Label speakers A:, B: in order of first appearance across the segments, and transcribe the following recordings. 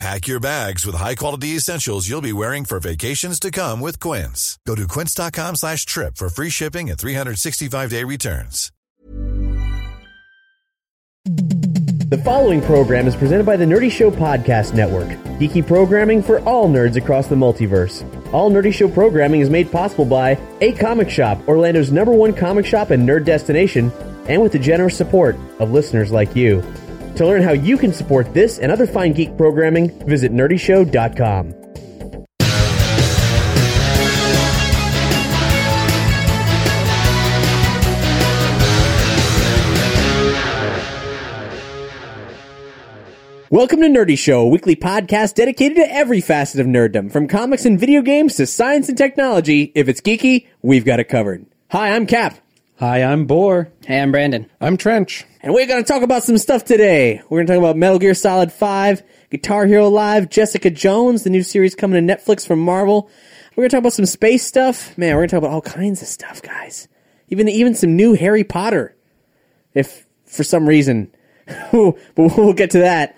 A: Pack your bags with high-quality essentials you'll be wearing for vacations to come with Quince. Go to quince.com slash trip for free shipping and 365-day returns.
B: The following program is presented by the Nerdy Show Podcast Network, geeky programming for all nerds across the multiverse. All Nerdy Show programming is made possible by A Comic Shop, Orlando's number one comic shop and nerd destination, and with the generous support of listeners like you. To learn how you can support this and other fine geek programming, visit nerdyshow.com. Welcome to Nerdy Show, a weekly podcast dedicated to every facet of nerddom, from comics and video games to science and technology. If it's geeky, we've got it covered. Hi, I'm Cap.
C: Hi, I'm Boar.
D: Hey, I'm Brandon.
E: I'm Trench.
B: And we're going to talk about some stuff today. We're going to talk about Metal Gear Solid 5, Guitar Hero Live, Jessica Jones, the new series coming to Netflix from Marvel. We're going to talk about some space stuff. Man, we're going to talk about all kinds of stuff, guys. Even even some new Harry Potter. If for some reason, but we'll get to that.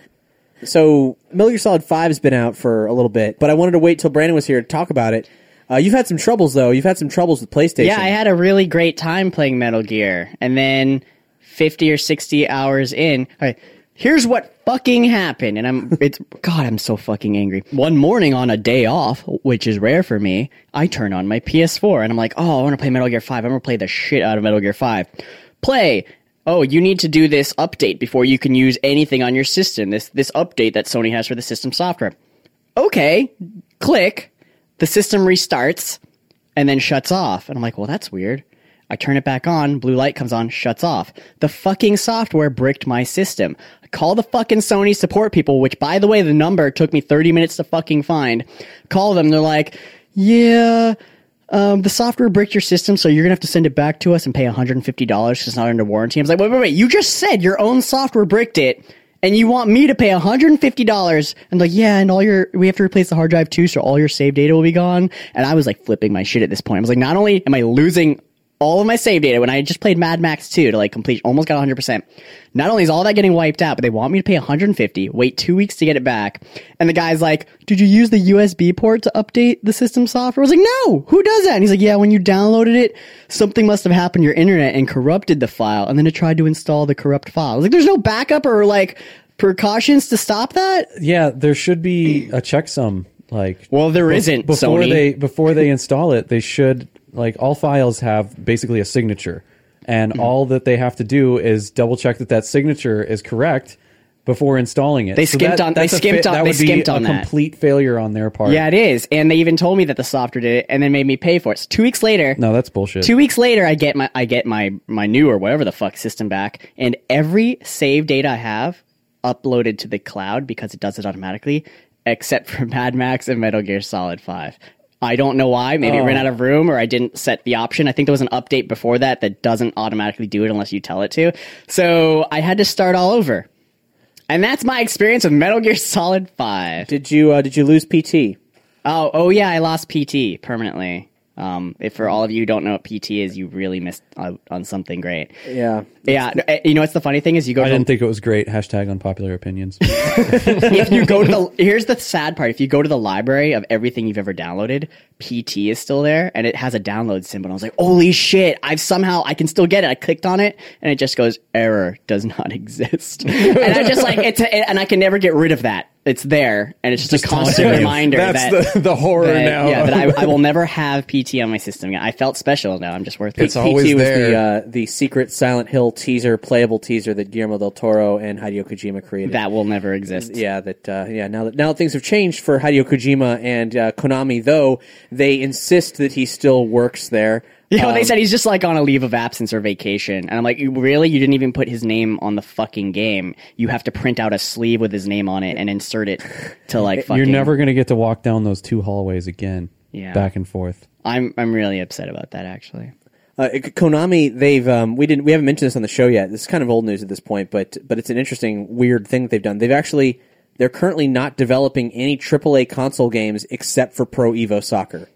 B: So, Metal Gear Solid 5 has been out for a little bit, but I wanted to wait till Brandon was here to talk about it. Uh, you've had some troubles, though. You've had some troubles with PlayStation.
D: Yeah, I had a really great time playing Metal Gear, and then 50 or 60 hours in, all right, here's what fucking happened. And I'm, it's, God, I'm so fucking angry. One morning on a day off, which is rare for me, I turn on my PS4 and I'm like, oh, I want to play Metal Gear 5. I'm going to play the shit out of Metal Gear 5. Play. Oh, you need to do this update before you can use anything on your system. This, this update that Sony has for the system software. Okay. Click. The system restarts and then shuts off. And I'm like, well, that's weird. I turn it back on, blue light comes on, shuts off. The fucking software bricked my system. I call the fucking Sony support people, which by the way, the number took me 30 minutes to fucking find. Call them, they're like, yeah, um, the software bricked your system, so you're gonna have to send it back to us and pay $150 because it's not under warranty. I was like, wait, wait, wait, you just said your own software bricked it. And you want me to pay $150 and like, yeah, and all your, we have to replace the hard drive too, so all your saved data will be gone. And I was like flipping my shit at this point. I was like, not only am I losing all of my save data when I had just played Mad Max 2 to like complete almost got 100%. Not only is all that getting wiped out, but they want me to pay 150, wait 2 weeks to get it back. And the guy's like, "Did you use the USB port to update the system software?" I was like, "No, who does that?" And he's like, "Yeah, when you downloaded it, something must have happened to your internet and corrupted the file, and then it tried to install the corrupt file." I was like, "There's no backup or like precautions to stop that?"
C: Yeah, there should be a checksum. Like,
D: Well, there
C: bef-
D: isn't,
C: Before
D: Sony.
C: they before they install it, they should like all files have basically a signature, and all that they have to do is double check that that signature is correct before installing it.
D: They skimped
C: that-
D: on- they
C: that's a
D: skimped on-
C: That
D: they
C: would
D: skimped
C: be
D: on
C: a
D: that.
C: complete failure on their part.
D: Yeah, it is. And they even told me that the software did it and then made me pay for it. So 2 weeks later,
C: No, that's bullshit.
D: Two weeks later, I get my I get my my new or whatever the fuck system back, and every save data I have uploaded to the cloud because it does it automatically, except for Mad Max and Metal Gear Solid Five. I don't know why. Maybe it ran out of room, or I didn't set the option. I think there was an update before that that doesn't automatically do it unless you tell it to. So I had to start all over, and that's my experience with Metal Gear Solid Five.
B: Did you uh, did you lose PT?
D: Oh, oh yeah, I lost PT permanently. Um, if for all of you who don't know what PT is, you really missed out on something great.
B: Yeah.
D: Yeah, no, eh, you know what's the funny thing is you go
C: I
D: to
C: didn't think it was great. Hashtag unpopular opinions.
D: if you go to the here's the sad part if you go to the library of everything you've ever downloaded, PT is still there and it has a download symbol. And I was like, holy shit! I've somehow I can still get it. I clicked on it and it just goes error does not exist, and I just like it's a, and I can never get rid of that. It's there and it's just, a constant reminder that
E: That's the, the horror
D: that-
E: now.
D: Yeah, that I, I will never have PT on my system. again. I felt special now. I'm just worth
E: It's
D: it.
E: always
B: PT was
E: there.
B: the uh, the secret Silent Hill teaser, playable teaser that Guillermo del Toro and Hideo Kojima created.
D: That will never exist.
B: yeah, that uh, yeah. Now that now that things have changed for Hideo Kojima and uh, Konami, though they insist that he still works there.
D: You know,
B: Um,
D: they said he's just like on a leave of absence or vacation. And I'm like, "You- really? You didn't even put his name on the fucking game. You have to print out a sleeve with his name on it and insert it to like fucking.
C: You're never gonna get to walk down those two hallways again.
D: Yeah.
C: Back and forth.
D: I'm, I'm really upset about that, actually.
B: Uh, it- Konami, they've um, we didn't we haven't mentioned this on the show yet. This is kind of old news at this point, but but it's an interesting weird thing that they've done. They've actually they're currently not developing any AAA console games except for Pro Evo Soccer.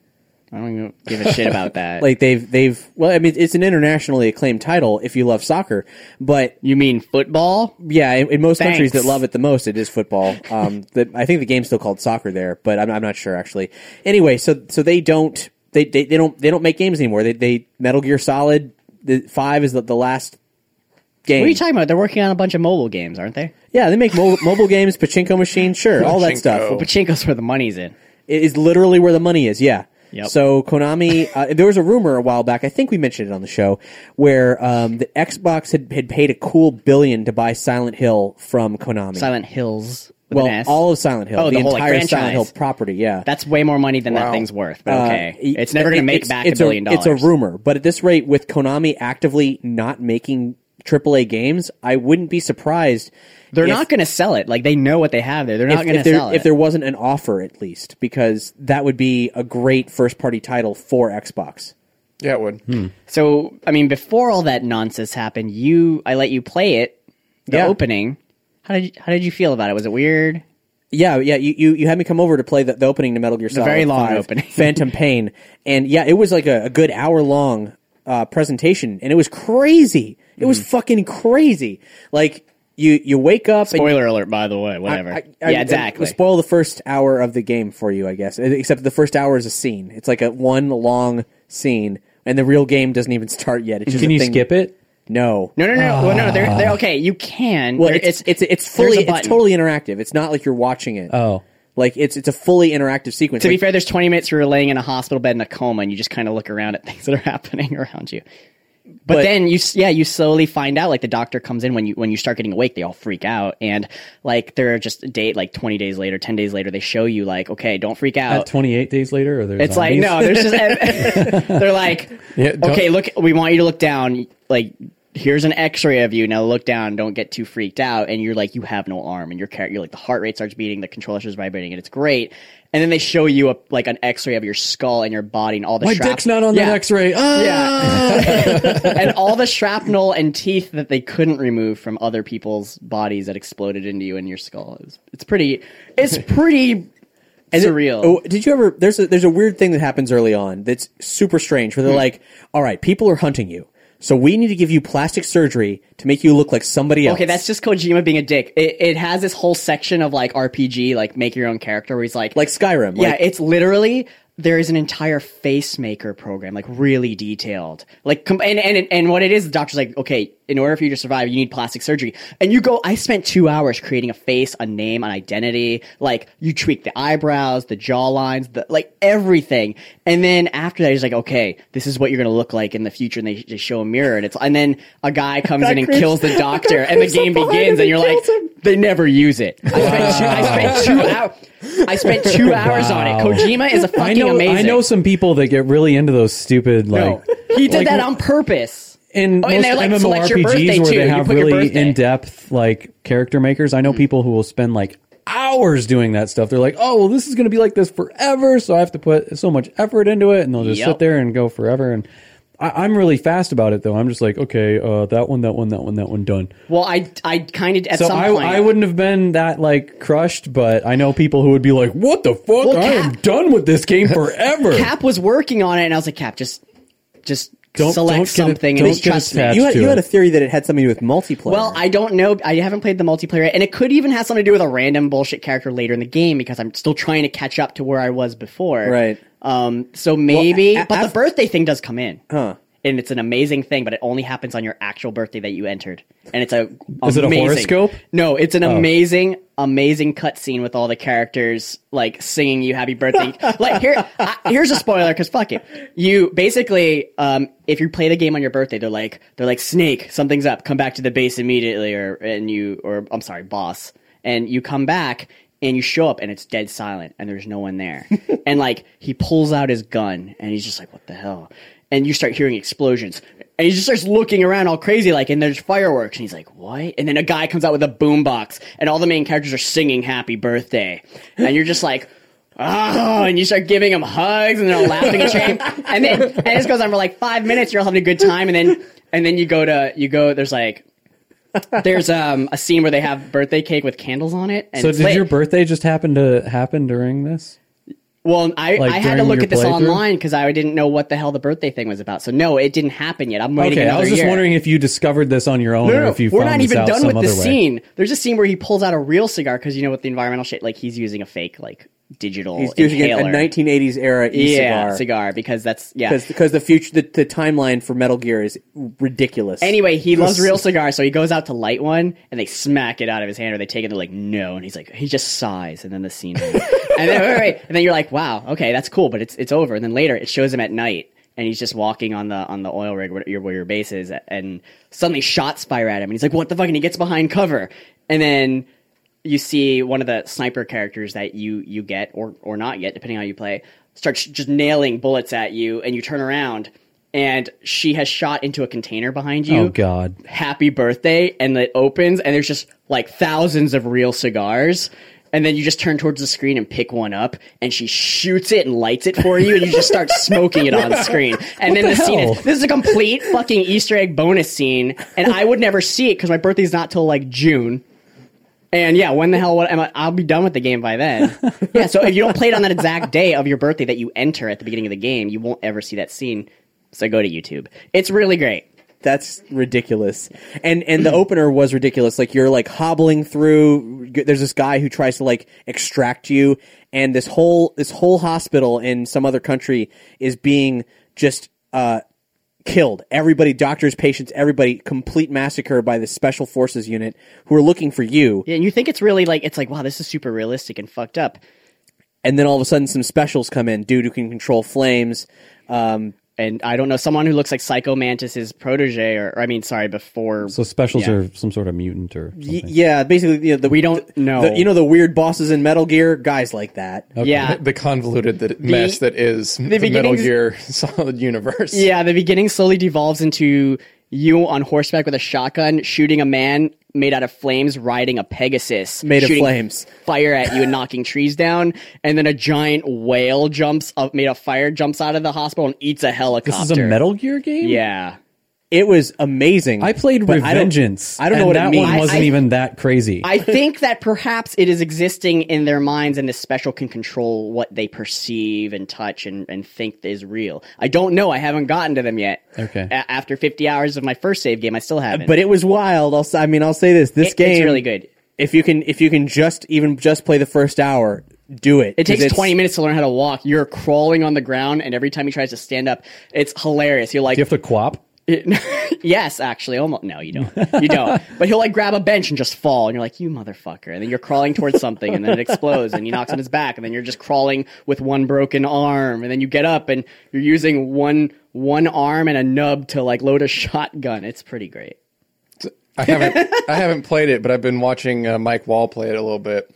D: I don't even give a shit about that.
B: Like they've they've well, I mean it's an internationally acclaimed title if you love soccer, but
D: you mean football?
B: yeah, in, in most countries that
D: Thanks.
B: love it the most, it is football. Um, that I think the game's still called soccer there, but I'm, I'm not sure actually. Anyway, so so they don't they, they, they don't they don't make games anymore. They they Metal Gear Solid the five is the, the last game.
D: What are you talking about? They're working on a bunch of mobile games, aren't they?
B: yeah, they make mo- mobile games, pachinko machines, sure, all that stuff.
E: Pachinko.
D: Pachinko's where the money's in.
B: It is literally where the money is. Yeah.
D: Yep.
B: So Konami, uh, there was a rumor a while back. I think we mentioned it on the show where um, the Xbox had, had paid a cool billion to buy Silent Hill from Konami.
D: Silent Hills. With an
B: well,
D: S.
B: all of Silent Hill,
D: Oh,
B: the,
D: the whole, like,
B: entire Silent
D: franchise.
B: Hill property. Yeah,
D: That's way more money than
E: Wow.
D: that thing's worth. But okay,
B: Uh,
D: it's never going
B: it-
D: to make
B: it's-
D: back
B: it's
D: a billion dollars.
B: It's a rumor, but at this rate, with Konami actively not making AAA games, I wouldn't be surprised.
D: They're
B: if-
D: not going to sell it. Like they know what they have there. They're
B: if,
D: not going
B: if
D: to
B: there,
D: sell it.
B: if there wasn't an offer at least, because that would be a great first party title for Xbox.
E: Yeah, it would.
D: so I mean, before all that nonsense happened, you I let you play it. The
B: Yeah.
D: opening. How did you, how did you feel about it? Was it weird?
B: Yeah, yeah. You, you, you had me come over to play the, the opening to Metal Gear Solid.
D: very long
B: 5,
D: opening.
B: Phantom Pain, and yeah, it was like a, a good hour long uh, presentation, and it was crazy. It
D: Mm.
B: was fucking crazy. Like you you wake up and
D: Spoiler alert, by the way. Whatever.
B: I- I-
D: yeah,
B: I-
D: exactly.
B: I spoil the first hour of the game for you, I guess. E, Except the first hour is a scene. It's like a one long scene, and the real game doesn't even start yet. It's just
C: Can
B: a
C: you
B: thing-
C: skip it?
B: No.
D: no, no, no, well, no. They're, they're okay. You can.
B: Well,
D: There-
B: it's it's it's,
D: there's
B: fully
D: a
B: it's
D: button.
B: totally interactive. It's not like you're watching it.
C: Oh.
B: like it's it's a fully interactive sequence.
D: To be
B: Like,
D: fair, there's 20 minutes where you're laying in a hospital bed in a coma, and you just kind of look around at things that are happening around you. But,
B: But-
D: then you, s- yeah, you slowly find out. Like the doctor comes in when you when you start getting awake, they all freak out, and like they're just a date like 20 days later, 10 days later, they show you like, okay, don't freak
C: At
D: out.
C: 28 days later, or there's
D: Uh, It's like
C: zombies?
D: no, there's just they're like,
E: Yeah, don't-
D: okay, look, we want you to look down, like. Here's an X-ray of you. Now look down. Don't get too freaked out. And you're like, you have no arm, and your car- you're like, the heart rate starts beating, the controller starts vibrating, and it's great. And then they show you a like an X-ray of your skull and your body and all the
C: my
D: shrap-
C: dick's not on the
D: Yeah.
C: X-ray. Ah!
D: Yeah. and all the shrapnel and teeth that they couldn't remove from other people's bodies that exploded into you and your skull. It's, it's pretty. It's pretty surreal.
B: Oh, did you ever? There's a, there's a weird thing that happens early on that's super strange.
D: Hmm.
B: Where they're like, "All right, people are hunting you, so we need to give you plastic surgery to make you look like somebody else."
D: Okay, that's just Kojima being a dick. It, it has this whole section of like RPG, like make your own character, where he's like,
B: like Skyrim.
D: yeah,
B: like,
D: it's literally there is an entire face maker program, like really detailed, like com- and and and what it is, the doctor's like, okay, in order for you to survive, you need plastic surgery, and you go. I spent two hours creating a face, a name, an identity. Like you tweak the eyebrows, the jaw lines, the like everything, and then after that, he's like, okay, this is what you're gonna look like in the future, and they they show a mirror, and it's and then a guy comes in and
B: creeps-
D: kills the
B: that guy
D: doctor, and the
B: creeps up
D: game
B: behind
D: begins,
B: him
D: and you're
B: and
D: like,
B: kills him.
D: they never use it. I spent two, I spent two hours. I spent two hours on it. Kojima is a
C: I
D: fucking
C: know.
D: amazing.
C: I know some people that get really into those stupid
D: No.
C: like.
D: he did
C: like,
D: that on purpose.
C: in
D: Oh, and
C: most
D: they, like, select your birthday,
C: MMORPGs where
D: too.
C: they
D: You
C: have
D: put your
C: really
D: birthday.
C: in depth like character makers. I know people who will spend like hours doing that stuff. They're like, oh, well, this is going to be like this forever, so I have to put so much effort into it, and they'll just
D: Yep.
C: sit there and go forever. And I, I'm really fast about it though. I'm just like, okay, uh, that one, that one, that one, that one, done.
D: Well, I I kind of at
C: So
D: some
C: I,
D: point
C: I wouldn't have been that like crushed, but I know people who would be like, what the fuck? I am
D: Cap-
C: done with this game forever.
D: Cap was working on it, and I was like, Cap, just just
C: Don't-
D: select
C: don't get it-
D: something
C: don't
D: and just
C: get
D: trust me.
C: attached.
B: you had,
C: to
B: you had
C: it.
B: a theory that it had something to do with multiplayer.
D: Well, I don't know. I haven't played the multiplayer, yet, and it could even have something to do with a random bullshit character later in the game because I'm still trying to catch up to where I was before.
B: Right.
D: Um. So maybe,
B: a-
D: but
B: af-
D: the birthday thing does come in. Huh. And it's an amazing thing, but it only happens on your actual birthday that you entered. And it's a
C: Is it a
D: amazing-
C: horoscope? Oh.
D: No, it's an amazing, amazing cutscene with all the characters like singing you happy birthday. like here, I, here's a spoiler because fuck it. You basically, um, if you play the game on your birthday, they're like they're like snake, something's up. Come back to the base immediately, or and you or I'm sorry, boss, and you come back. And you show up and it's dead silent and there's no one there. and like he pulls out his gun and he's just like, what the hell? and you start hearing explosions. And he just starts looking around all crazy, like, and there's fireworks. And he's like, what? And then a guy comes out with a boombox, and all the main characters are singing happy birthday. And you're just like, oh, and you start giving them hugs and they're all laughing at you. And then and this goes on for like five minutes. You're all having a good time, and then and then you go to you go. There's like there's um a scene where they have birthday cake with candles on it. And
C: So
D: it's
C: did
D: lit.
C: your birthday just happen to happen during this?
D: well? I
C: like,
D: I had to
C: during
D: look
C: your
D: at this
C: playthrough?
D: online because I didn't know what the hell the birthday thing was about. So no, it didn't happen yet. I'm waiting.
C: Okay, I
D: another
C: was just
D: year.
C: wondering if you discovered this on your own
D: No, no,
C: or
D: no,
C: if you
D: we're
C: found
D: not
C: this
D: even
C: out
D: done
C: some
D: with
C: other
D: this
C: way.
D: scene. There's a scene where he pulls out a real cigar because you know with the environmental shit, like he's using a fake like digital
B: He's using a-
D: inhaler.
B: a 1980s era e
D: yeah,
B: cigar.
D: cigar because that's yeah.
B: because the future, the, the timeline for Metal Gear is ridiculous.
D: Anyway, he loves
B: This-
D: real cigars, so he goes out to light one, and they smack it out of his hand, or they take it. and They're like, "No," and he's like, he just sighs, and then the scene, ends. and then wait, wait, wait, and then you're like, "Wow, okay, that's cool," but it's it's over. And then later, it shows him at night, and he's just walking on the on the oil rig where your, where your base is, and suddenly shots fire at him, and he's like, "What the fuck?" And he gets behind cover, and then you see one of the sniper characters that you you get or or not get depending on how you play starts just nailing bullets at you and you turn around and she has shot into a container behind you
C: Oh God!
D: happy birthday and it opens and there's just like thousands of real cigars and then you just turn towards the screen and pick one up and she shoots it and lights it for you and you just start smoking it on screen and then the, scene
C: hell?
D: is this is a complete fucking easter egg bonus scene and i would never see it because my birthday's not till like june and yeah, when the hell would am I, I'll be done with the game by then. yeah, so if you don't play it on that exact day of your birthday that you enter at the beginning of the game, you won't ever see that scene. So go to YouTube. It's really great.
B: That's ridiculous. And and the opener was ridiculous. Like you're like hobbling through. There's this guy who tries to like extract you, and this whole this whole hospital in some other country is being just uh killed. Everybody, doctors, patients, everybody, complete massacre by this special forces unit who are looking for you.
D: Yeah, and you think it's really like it's like wow, this is super realistic and fucked up.
B: And then all of a sudden, some specials come in. Dude who can control flames. Um,
D: And I don't know someone who looks like Psycho Mantis's protege, or, or I mean, sorry, before
C: So specials
D: Yeah.
C: are some sort of mutant or something.
B: y- yeah, basically, you know, the,
D: we don't know.
B: the, you know the weird bosses in Metal Gear, guys like that.
D: yeah,
E: the convoluted that mess that is the, Metal
D: beginnings-
E: Gear Solid universe.
D: yeah. The beginning slowly devolves into you on horseback with a shotgun shooting a man made out of flames riding a Pegasus
B: Made of
D: shooting
B: flames.
D: fire at you and knocking trees down, and then a giant whale jumps up made of fire jumps out of the hospital and eats a helicopter.
C: This is a Metal Gear game.
D: Yeah.
B: It was amazing.
C: I played
B: but I don't-
C: Revengeance.
B: I don't, know
C: and
B: what
C: that
B: it means.
C: one wasn't
D: I-
C: even that crazy.
D: I think that perhaps it is existing in their minds, and this special can control what they perceive and touch and, and think is real. I don't know. I haven't gotten to them yet.
C: Okay.
D: A- after 50 hours of my first save game, I still haven't.
B: but it was wild. I'll, s- I mean, I'll say this: this
D: It-
B: game
D: it's really good.
B: If you can, if you can just even just play the first hour, do it.
D: It takes
B: 'Cause it's-
D: 20 minutes to learn how to walk. You're crawling on the ground, and every time he tries to stand up, it's hilarious. You're like,
C: you have to quap.
D: yes, actually, almost. No, you don't. You don't. but he'll like grab a bench and just fall, and you're like, you motherfucker. And then you're crawling towards something, and then it explodes, and he knocks on his back, and then you're just crawling with one broken arm, and then you get up, and you're using one one arm and a nub to like load a shotgun. It's pretty great.
E: I haven't I haven't played it, but I've been watching uh, Mike Wall play it a little bit.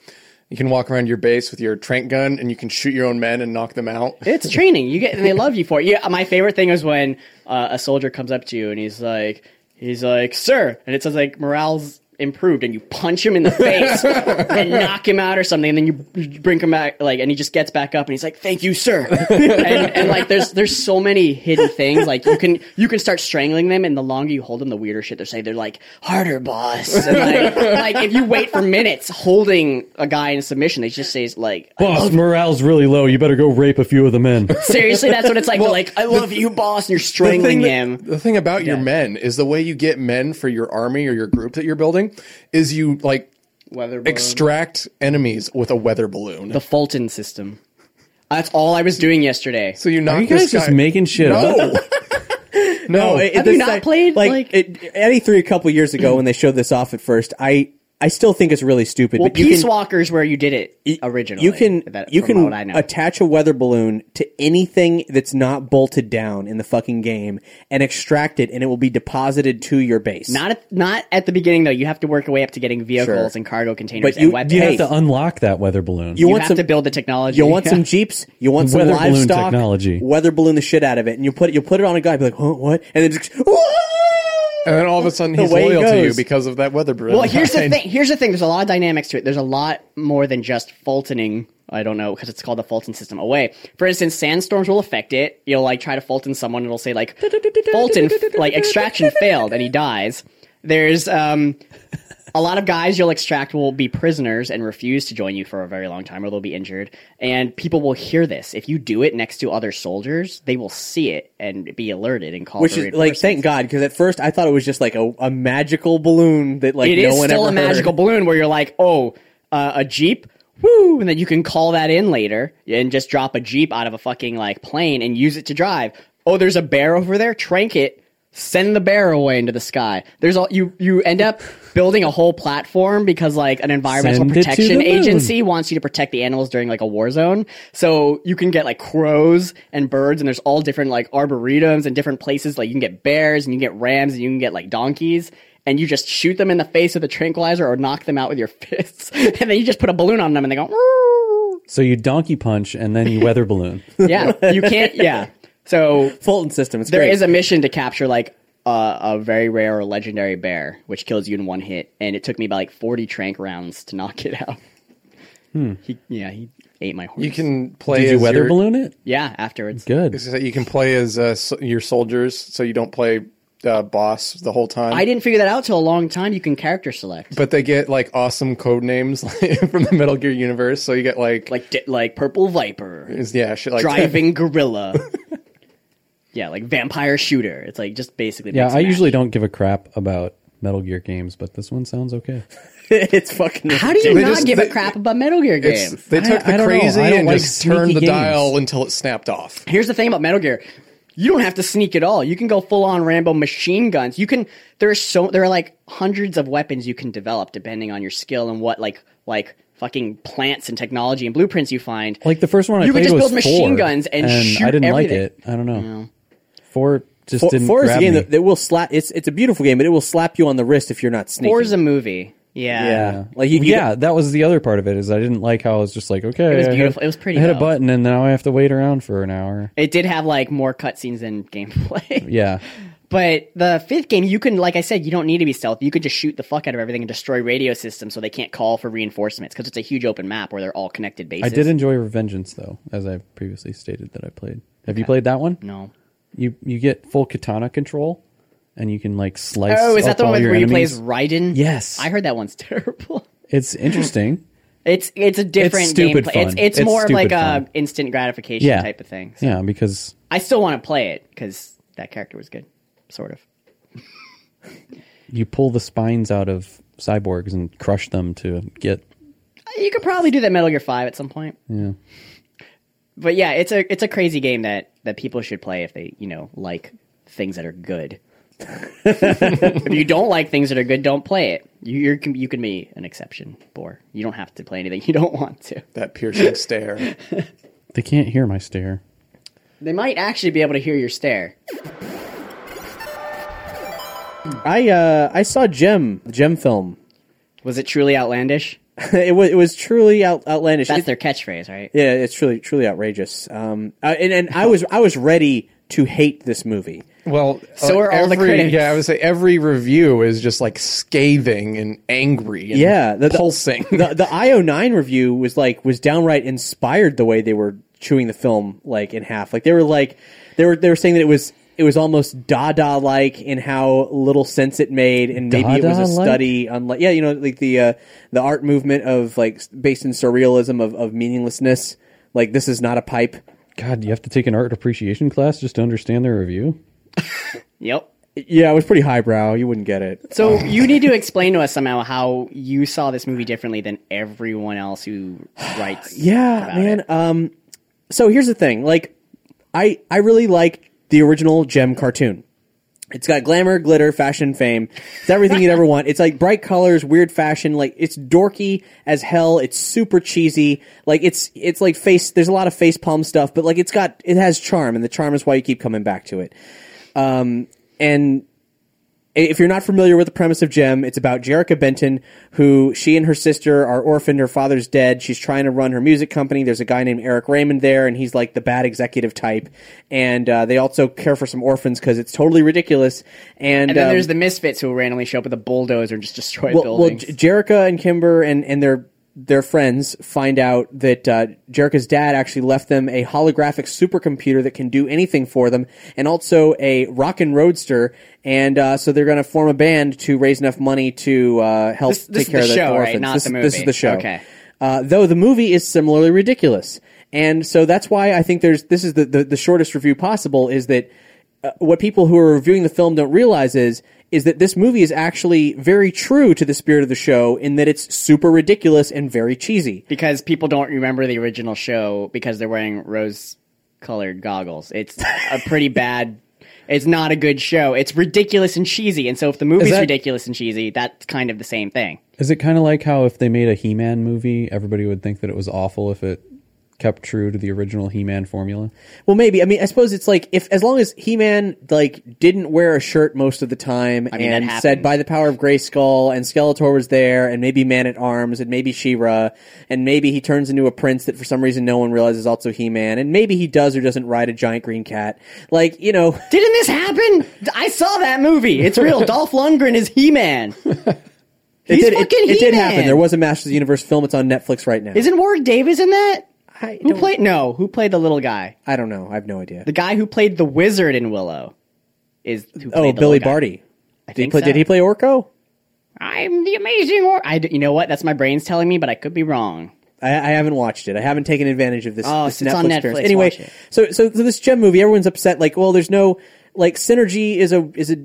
E: You can walk around your base with your trank gun, and you can shoot your own men and knock them out.
D: It's training. You get and they love you for it. Yeah, my favorite thing is when uh, a soldier comes up to you and he's like, he's like, "Sir," and it says like morale's improved, and you punch him in the face and knock him out or something, and then you you bring him back like, and he just gets back up and he's like, "Thank you, sir." and, and like, there's there's so many hidden things. Like you can you can start strangling them, and the longer you hold them, the weirder shit they're saying. They're like, "Harder, boss." And like, like if you wait for minutes holding a guy in submission, they just say like, "I
C: Boss, morale's really low. You better go rape a few of the men.
D: Seriously, that's what it's like. They're like, I love you, boss, and you're strangling
E: that-
D: him.
E: the thing about your men is the way you get men for your army or your group that you're building is you like
D: Weather
E: extract enemies with a weather balloon.
D: the Fulton system. That's all I was doing yesterday.
E: so you knock
C: Are you guys
E: this
C: just
E: guy-
C: making shit up?
E: No, no.
B: Oh, it-
D: Have
B: this
D: you not
B: like-
D: played,
B: like,
D: like-
B: it, Eddie three a couple years ago when they showed this off at first? I I still think it's really stupid.
D: well,
B: but you
D: Peace
B: can,
D: Walker's where you did it originally.
B: You can
D: that-
B: you
D: from
B: can
D: what I know.
B: attach a weather balloon to anything that's not bolted down in the fucking game and extract it, and it will be deposited to your base.
D: not at, not at the beginning though. You have to work your way up to getting vehicles
B: Sure.
D: and cargo containers
B: But
D: and
B: you-
D: weapons.
C: You
B: Hey.
C: have to unlock that weather balloon.
B: You
D: You
B: want
D: have
B: some-
D: to build the technology.
B: You'll want
D: Yeah.
B: some jeeps. You'll want some
C: Weather balloon
B: livestock.
C: technology.
B: Weather balloon the shit out of it, and you put it. You put it on a guy. Be like, huh, what? And then just,
E: and then all of a sudden he's
B: way he
E: loyal to you
B: goes.
E: because of that weather balloon.
D: Well, here's the
E: line.
D: thing. Here's the thing. There's a lot of dynamics to it. There's a lot more than just Fultoning I don't know because it's called the Fulton system away. For instance, sandstorms will affect it. You'll like try to Fulton someone, and it'll say like Fulton, like extraction failed, and he dies. There's um, a lot of guys you'll extract will be prisoners and refuse to join you for a very long time, or they'll be injured. And people will hear this if you do it next to other soldiers. They will see it and be alerted and call.
B: Which
D: for
B: is like, thank God, because at first I thought it was just like a, a magical balloon that like
D: It
B: no
D: is
B: one
D: still
B: ever
D: a magical
B: heard.
D: balloon where you're like, oh, uh, a jeep, woo, and then you can call that in later and just drop a jeep out of a fucking like plane and use it to drive. Oh, there's a bear over there, trank it, send the bear away into the sky. There's all you you end up building a whole platform because like an environmental
C: Send it to
D: protection
C: the moon.
D: agency wants you to protect the animals during like a war zone. So you can get like crows and birds and there's all different like arboretums and different places like you can get bears and you can get rams and you can get like donkeys and you just shoot them in the face with a tranquilizer or knock them out with your fists and then you just put a balloon on them and they go "Woo."
C: So you donkey punch and then you weather balloon.
D: yeah you can't yeah so
B: Fulton system. It's
D: there
B: great.
D: is a mission to capture like a, a very rare or legendary bear which kills you in one hit and it took me about like 40 trank rounds to knock it out
C: Hmm.
D: he, yeah he ate my horse
E: You can play
C: Did you
E: as
C: weather
E: your,
C: balloon it?
D: yeah afterwards
C: Good.
E: Is that You can play as uh, so, your soldiers, so you don't play uh, boss the whole time.
D: i didn't figure that out till a long time you can character select
E: but they get like awesome code names like, from the Metal Gear universe. So you get like,
D: like di- like purple viper
E: is- yeah, shit like
D: driving gorilla yeah like vampire shooter it's like just basically
C: Yeah,
D: mix
C: I
D: and match.
C: usually don't give a crap about Metal Gear games, but this one sounds okay.
B: it's fucking.
D: how do you
E: They
D: not
E: just-
D: give a
E: they-
D: crap about metal gear
E: It's,
D: games
E: they
C: I-
E: took
C: I
E: the
C: don't know.
E: crazy
C: I don't
E: and
C: like
E: just turned the
C: sneaky
E: dial
C: games.
E: until it snapped off.
D: Here's the thing about Metal Gear. You don't have to sneak at all. You can go full on Rambo machine guns. You can there are so there are like hundreds of weapons you can develop depending on your skill and what like like fucking plants and technology and blueprints you find.
C: Like the first one I
D: You could
C: played
D: just
C: was
D: build machine
C: four,
D: guns and shoot
C: I didn't
D: everything.
C: like it. I don't know. Four just
B: Fo-
C: didn't.
B: Four is
C: grab
B: a game
C: me.
B: that, that will slap. It's it's a beautiful game, but it will slap you on the wrist if you're not sneaking.
D: Or is a movie. Yeah.
B: yeah, like you, you
C: yeah, that was the other part of it is I didn't like how I was just like okay,
D: was
C: I hit-
D: beautiful. It was pretty,
C: I hit
D: though.
C: a button and now I have to wait around for an hour.
D: It did have like more cutscenes than gameplay.
C: Yeah,
D: But the fifth game, you can, like I said, you don't need to be stealth. You could just shoot the fuck out of everything and destroy radio systems so they can't call for reinforcements because it's a huge open map where they're all connected bases.
C: I did enjoy Revengeance though, as I previously stated that I played. Have you played that one?
D: No.
C: You you get full katana control, and you can like slice.
D: Oh, is
C: up
D: that the
C: all
D: one with
C: your
D: where he
C: enemies.
D: plays Raiden?
C: Yes.
D: I heard that one's terrible.
C: It's interesting.
D: It's it's a different
C: stupid
D: gameplay.
C: fun.
D: It's, it's
C: It's
D: more of like
C: stupid fun.
D: a instant gratification
C: yeah,
D: type of thing. So
C: Yeah, because
D: I still want to play it because that character was good, sort of.
C: you pull the spines out of cyborgs and crush them to get.
D: You could probably do that Metal Gear Five at some point. Yeah. But yeah, it's a it's a crazy game that that people should play if they you know like things that are good. if you don't like things that are good, don't play it. You you're, you can be an exception, or you don't have to play anything you don't want to.
E: That piercing stare.
C: They can't hear my stare.
D: They might actually be able to hear your stare.
B: I uh, I saw Gem the Gem film.
D: Was it truly outlandish?
B: it was it was truly out, outlandish.
D: That's
B: It-
D: their catchphrase, right?
B: yeah, it's truly truly outrageous. Um, uh, and and I was I was ready to hate this movie.
E: Well,
D: So
E: uh,
D: are all the
E: every-
D: critics.
E: Yeah, I would say every review is just like scathing and angry. And
B: Yeah, the- the-
E: pulsing.
B: the the IO9 review was like was downright inspired the way they were chewing the film like in half. Like they were like they were they were saying that it was it was almost Dada like in how little sense it made, and maybe it was a
C: Dada-like?
B: study on like yeah, you know, like the uh, the art movement of like s- based in surrealism of of meaninglessness. Like this is not a pipe.
C: God, you have to take an art appreciation class just to understand their review.
D: Yep.
B: Yeah, it was pretty highbrow. You wouldn't get it.
D: So you need to explain to us somehow how you saw this movie differently than everyone else who writes.
B: Yeah,
D: about
B: man. Um, so here's the thing. Like, I I really like the original Gem cartoon. It's got glamour, glitter, fashion, fame. It's everything you'd ever want. It's like bright colors, weird fashion. Like it's dorky as hell. It's super cheesy. Like it's it's like face. There's a lot of face palm stuff, but like it's got it has charm, and the charm is why you keep coming back to it. Um, and if you're not familiar with the premise of Gem, it's about Jerica Benton, who she and her sister are orphaned. Her father's dead. She's trying to run her music company. There's a guy named Eric Raymond there, and he's like the bad executive type. And uh, they also care for some orphans because it's totally ridiculous. And,
D: And then
B: um,
D: there's the misfits who randomly show up with a bulldozer and just destroy
B: well, well,
D: buildings.
B: J- Jerica and Kimber and and their their friends find out that uh, Jerica's dad actually left them a holographic supercomputer that can do anything for them, and also a rockin' roadster. And uh, so they're going to form a band to raise enough money to uh, help
D: This-
B: take
D: this is
B: care
D: the
B: of their
D: show, right?
B: orphans.
D: Not
B: this,
D: the
B: this is
D: movie.
B: the show.
D: Okay.
B: Uh, though the movie is similarly ridiculous, and so that's why I think there's this is the the, the shortest review possible is that uh, what people who are reviewing the film don't realize is is that this movie is actually very true to the spirit of the show in that it's super ridiculous and very cheesy.
D: because people don't remember the original show because they're wearing rose colored goggles. It's a pretty bad it's not a good show. It's ridiculous and cheesy. And so if the movie's
C: that-
D: ridiculous and cheesy, that's kind of the same thing.
C: Is it kind of like how if they made a He-Man movie, everybody would think that it was awful if it kept true to the original He-Man formula?
B: Well, maybe I mean I suppose it's like if as long as He Man like didn't wear a shirt most of the time
D: mean, that
B: and
D: happens.
B: said by the power of Gray Skull and Skeletor was there and maybe Man at Arms and maybe She-Ra and maybe he turns into a prince that for some reason no one realizes is also He Man and maybe he does or doesn't ride a giant green cat like you know
D: Didn't this happen? I saw that movie. It's real. Dolph Lundgren is He-Man.
B: it
D: He's
B: did it,
D: fucking
B: it did
D: He-Man.
B: happen there was a Masters of the Universe film it's on Netflix right now
D: Isn't Warwick Davis in that?
B: I
D: Who
B: don't-
D: played No, who played the little guy?
B: I don't know I have no idea
D: The guy who played the wizard in Willow is who
B: oh
D: played the
B: Billy
D: little guy.
B: Barty did he
D: think
B: play
D: so.
B: did he play Orko
D: I'm the amazing or I d- you know what? That's my brain's telling me, but I could be wrong.
B: I, I haven't watched it. I haven't taken advantage of this.
D: Oh,
B: this
D: it's on Netflix.
B: experience. Anyway,
D: Watch it.
B: so so so this gem movie, everyone's upset. Like, well, there's no like synergy is a is a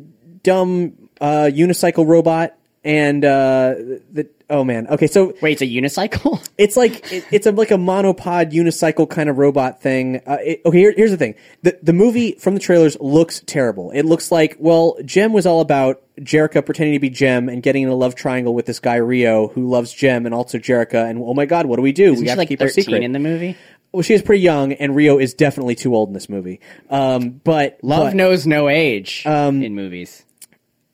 B: dumb uh, unicycle robot, and uh, the oh man, okay, so
D: Wait, it's a unicycle?
B: it's like it, it's a, like a monopod unicycle kind of robot thing. Uh, it, okay, here, here's the thing: the the movie from the trailers looks terrible. It looks like well, Jem was all about Jerica pretending to be Jem and getting in a love triangle with this guy Rio who loves Jem and also Jerica. And oh my God, what do we do? we
D: She's
B: have
D: like
B: to keep our
D: 13
B: secret.
D: in the movie.
B: well, she is pretty young, and Rio is definitely too old in this movie. Um, but
D: Love
B: but um,
D: knows no age in movies.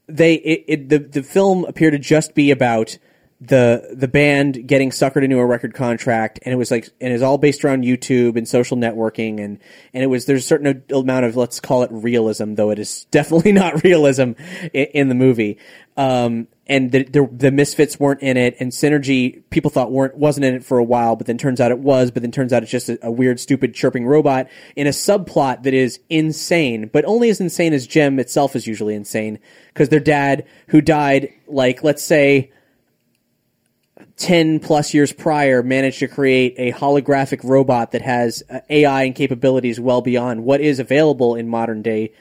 B: they it, it the the film appeared to just be about the the band getting suckered into a record contract and it was like and it's all based around YouTube and social networking and and it was there's a certain amount of let's call it realism though it is definitely not realism in, in the movie um and the, the the misfits weren't in it and synergy people thought weren't wasn't in it for a while but then turns out it was but then turns out it's just a, a weird stupid chirping robot in a subplot that is insane but only as insane as Jem itself is usually insane because their dad who died like let's say 10 plus years prior managed to create a holographic robot that has uh, AI and capabilities well beyond what is available in modern day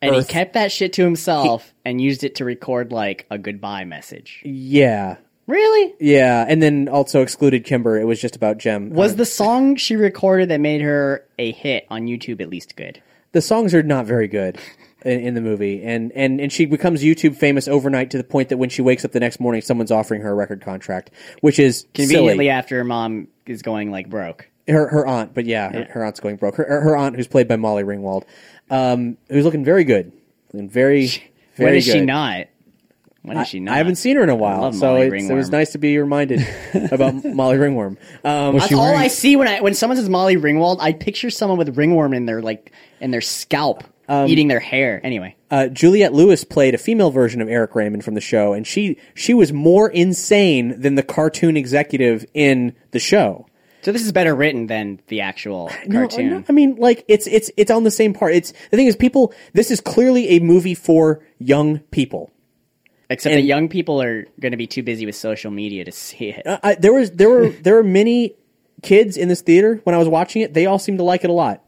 D: And
B: Earth.
D: he kept that shit to himself and used it to record like a goodbye message.
B: yeah
D: Really?
B: yeah and then also excluded Kimber it was just about Jem
D: Was the song she recorded that made her a hit on YouTube at least good?
B: the songs are not very good in, in the movie, and, and and she becomes YouTube famous overnight to the point that when she wakes up the next morning, someone's offering her a record contract, which is
D: Conveniently
B: silly.
D: after her mom is going like broke.
B: Her her aunt, but yeah, her, her aunt's going broke. Her her aunt, who's played by Molly Ringwald, um, who's looking very good, looking very very
D: when is
B: good.
D: she not? When is she not?
B: I haven't seen her in a while,
D: love
B: so
D: Molly
B: it's, it was
D: Ringwald.
B: nice to be reminded about Molly Ringworm. Um,
D: That's all I see when I when someone says Molly Ringwald, I picture someone with ringworm in their like in their scalp eating their hair. Anyway.
B: Um, uh, Juliette Lewis played a female version of Eric Raymond from the show, and she she was more insane than the cartoon executive in the show.
D: So this is better written than the actual cartoon.
B: No, no, I mean, like it's it's it's on the same part. It's the thing is, people. This is clearly a movie for young people.
D: Except that young people are going to be too busy with social media to see it.
B: I- I, there was there were there were many kids in this theater when I was watching it. They all seemed to like it a lot.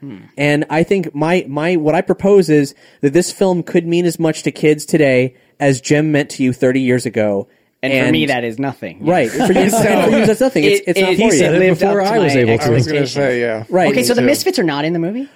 D: Hmm.
B: And I think my my what I propose is that this film could mean as much to kids today as Jim meant to you 30 years ago.
D: and, for me, that is nothing.
B: right for you, and for you that's nothing. It's,
D: It-
B: it's
D: it-
B: not for
D: he
B: you.
D: said
C: it before I was able to.
E: I was gonna say yeah.
B: Right.
D: Okay, so the
E: Yeah.
D: Misfits are not in the movie?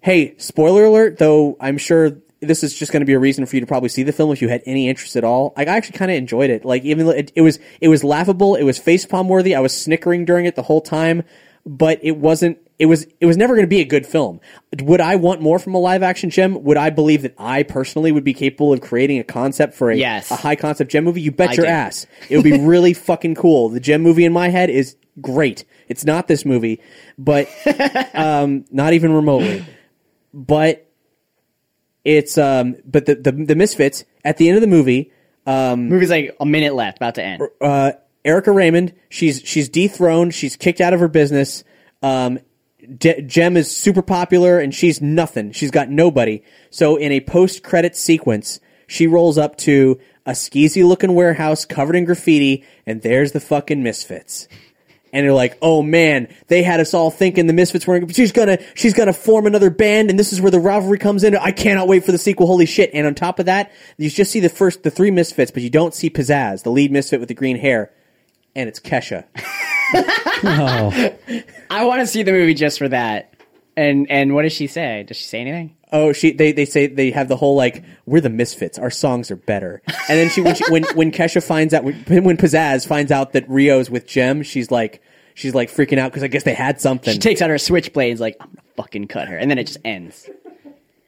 B: Hey, spoiler alert, though, I'm sure this is just going to be a reason for you to probably see the film if you had any interest at all. Like, I actually kind of enjoyed it. Like, even though it, it was, it was laughable, it was facepalm worthy, I was snickering during it the whole time, but it wasn't, it was, it was never going to be a good film. Would I want more from a live action gem? Would I believe that I personally would be capable of creating a concept for a,
D: Yes.
B: a high concept gem movie? You bet
D: I
B: your
D: do.
B: ass. It would be really fucking cool. The gem movie in my head is great. It's not this movie, but um, not even remotely. but it's um, but the, the the misfits at the end of the movie,
D: Movie's like a minute left, about to end.
B: Erica Raymond. She's she's dethroned. She's kicked out of her business. Um, De- Gem is super popular, and she's nothing. She's got nobody. So in a post credit sequence, she rolls up to a skeezy looking warehouse covered in graffiti, and there's the fucking misfits and they're like, "Oh man, they had us all thinking the Misfits were she's gonna she's gonna form another band, and this is where the rivalry comes in. I cannot wait for the sequel. Holy shit!" And on top of that, you just see the first the three Misfits, but you don't see Pizzazz, the lead Misfit with the green hair, and it's Kesha.
D: I want to see the movie just for that. And and what does she say? Does she say anything?
B: Oh, she they, they say they have the whole like we're the misfits. Our songs are better. And then she when she, when, when Kesha finds out when when Pizzazz finds out that Rio's with Gem, she's like she's like freaking out because I guess they had something.
D: She takes out her switchblade. Is like I'm gonna fucking cut her, and then it just ends.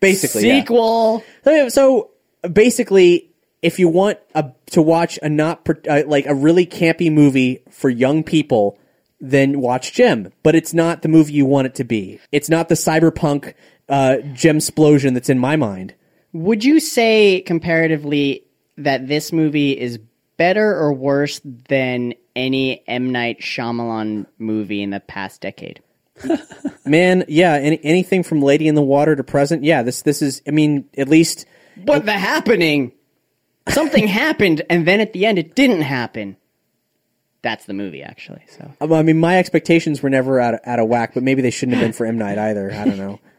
B: basically, yeah.
D: Sequel.
B: So, so basically, if you want a, to watch a not per- uh, like a really campy movie for young people, then watch Gem. But it's not the movie you want it to be. It's not the cyberpunk uh, Gem explosion that's in my mind.
D: Would you say comparatively that this movie is better or worse than any M Night Shyamalan movie in the past decade?
B: Man, yeah, any, anything from Lady in the Water to present, yeah. This this is. I mean, at least
D: But the happening, something happened, and then at the end, it didn't happen. That's the movie, actually. So
B: um, I mean, my expectations were never out of, out of whack, but maybe they shouldn't have been for M Night either. I don't know.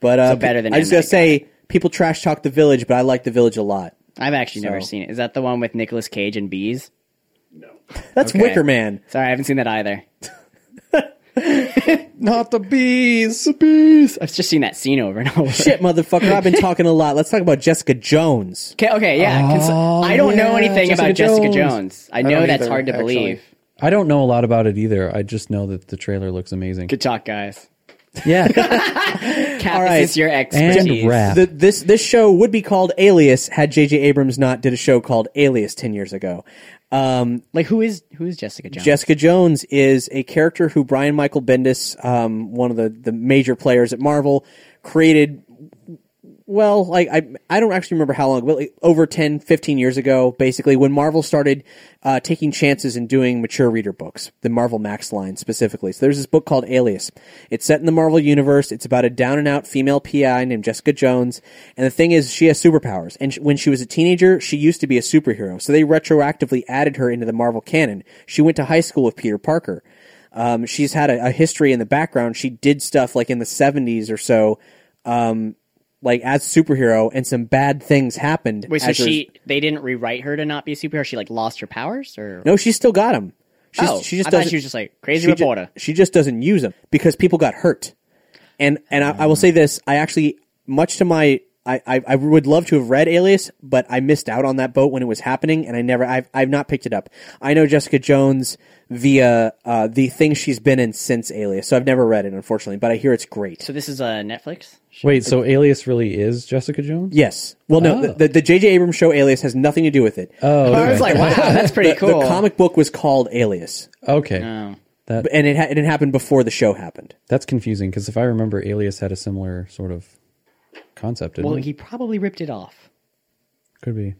B: But uh,
D: better than
B: I just
D: M. Night,
B: gotta say, people trash talk the village, but I like the village a lot.
D: I've actually never
B: So-
D: seen it. Is that the one with Nicolas Cage and bees?
B: That's
D: Okay.
B: Wicker Man.
D: Sorry, I haven't seen that either.
E: Not the bees.
D: I've just seen that scene over and over.
B: Shit, motherfucker! I've been talking a lot. Let's talk about Jessica Jones.
D: Okay, okay, yeah. 'cause
B: Oh,
D: I don't know
C: yeah,
D: anything
C: Jessica
D: about Jessica
C: Jones.
D: Jones. I know
E: don't
D: that's
E: either,
D: hard to
E: actually.
D: believe.
C: I don't know a lot about it either. I just know that the trailer looks amazing.
D: Good talk, guys.
C: Yeah,
D: Cat,
B: right.
D: this is your expertise.
C: and rap.
B: The, this this show would be called Alias had J.J. Abrams not did a show called Alias ten years ago. Um,
D: Like who is who is Jessica Jones?
B: Jessica Jones is a character who Brian Michael Bendis, um, one of the the major players at Marvel, created. Well, like I, I don't actually remember how long, but like over 10, 15 years ago, basically, when Marvel started uh, taking chances and doing mature reader books, the Marvel Max line specifically. So there's this book called Alias. It's set in the Marvel universe. It's about a down and out female PI named Jessica Jones. And the thing is, she has superpowers. And sh- when she was a teenager, she used to be a superhero. So they retroactively added her into the Marvel canon. She went to high school with Peter Parker. Um, she's had a, a history in the background. She did stuff like in the 70s or so, um, like as superhero, and some bad things happened.
D: Wait, so
B: as a-
D: she they didn't rewrite her to not be a superhero. She like lost her powers, or
B: No, she still got him. She's,
D: oh,
B: she just
D: I thought
B: doesn't-
D: she was just like crazy
B: ju-
D: reporter.
B: she just doesn't use them because people got hurt. And and I, I will say this: I actually, much to my, I, I I would love to have read Alias, but I missed out on that boat when it was happening, and I never, I've I've not picked it up. I know Jessica Jones via uh, the thing she's been in since Alias, so I've never read it, unfortunately. But I hear it's great.
D: so this is a uh, Netflix.
C: Wait, so Alias really is Jessica Jones?
B: yes. Well, no,
D: Oh.
B: the- the the J.J. Abrams show Alias has nothing to do with it.
C: Oh,
D: I was like,
C: okay.
D: wow, that's pretty
B: the
D: cool.
B: comic book was called Alias,
C: Okay.
B: and it ha- and it happened before the show happened.
C: That's confusing because if I remember, Alias had a similar sort of concept. Didn't
D: well,
C: it?
D: he probably ripped it off.
C: Could be.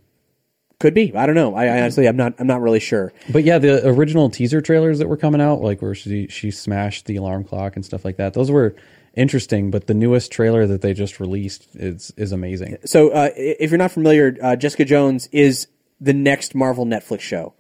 B: Could be. I don't know. I, I honestly, I'm not. I'm not really sure.
C: But yeah, the original teaser trailers that were coming out, like where she she smashed the alarm clock and stuff like that, those were interesting. But the newest trailer that they just released is is amazing.
B: So, uh, i- if you're not familiar, uh, Jessica Jones is the next Marvel Netflix show.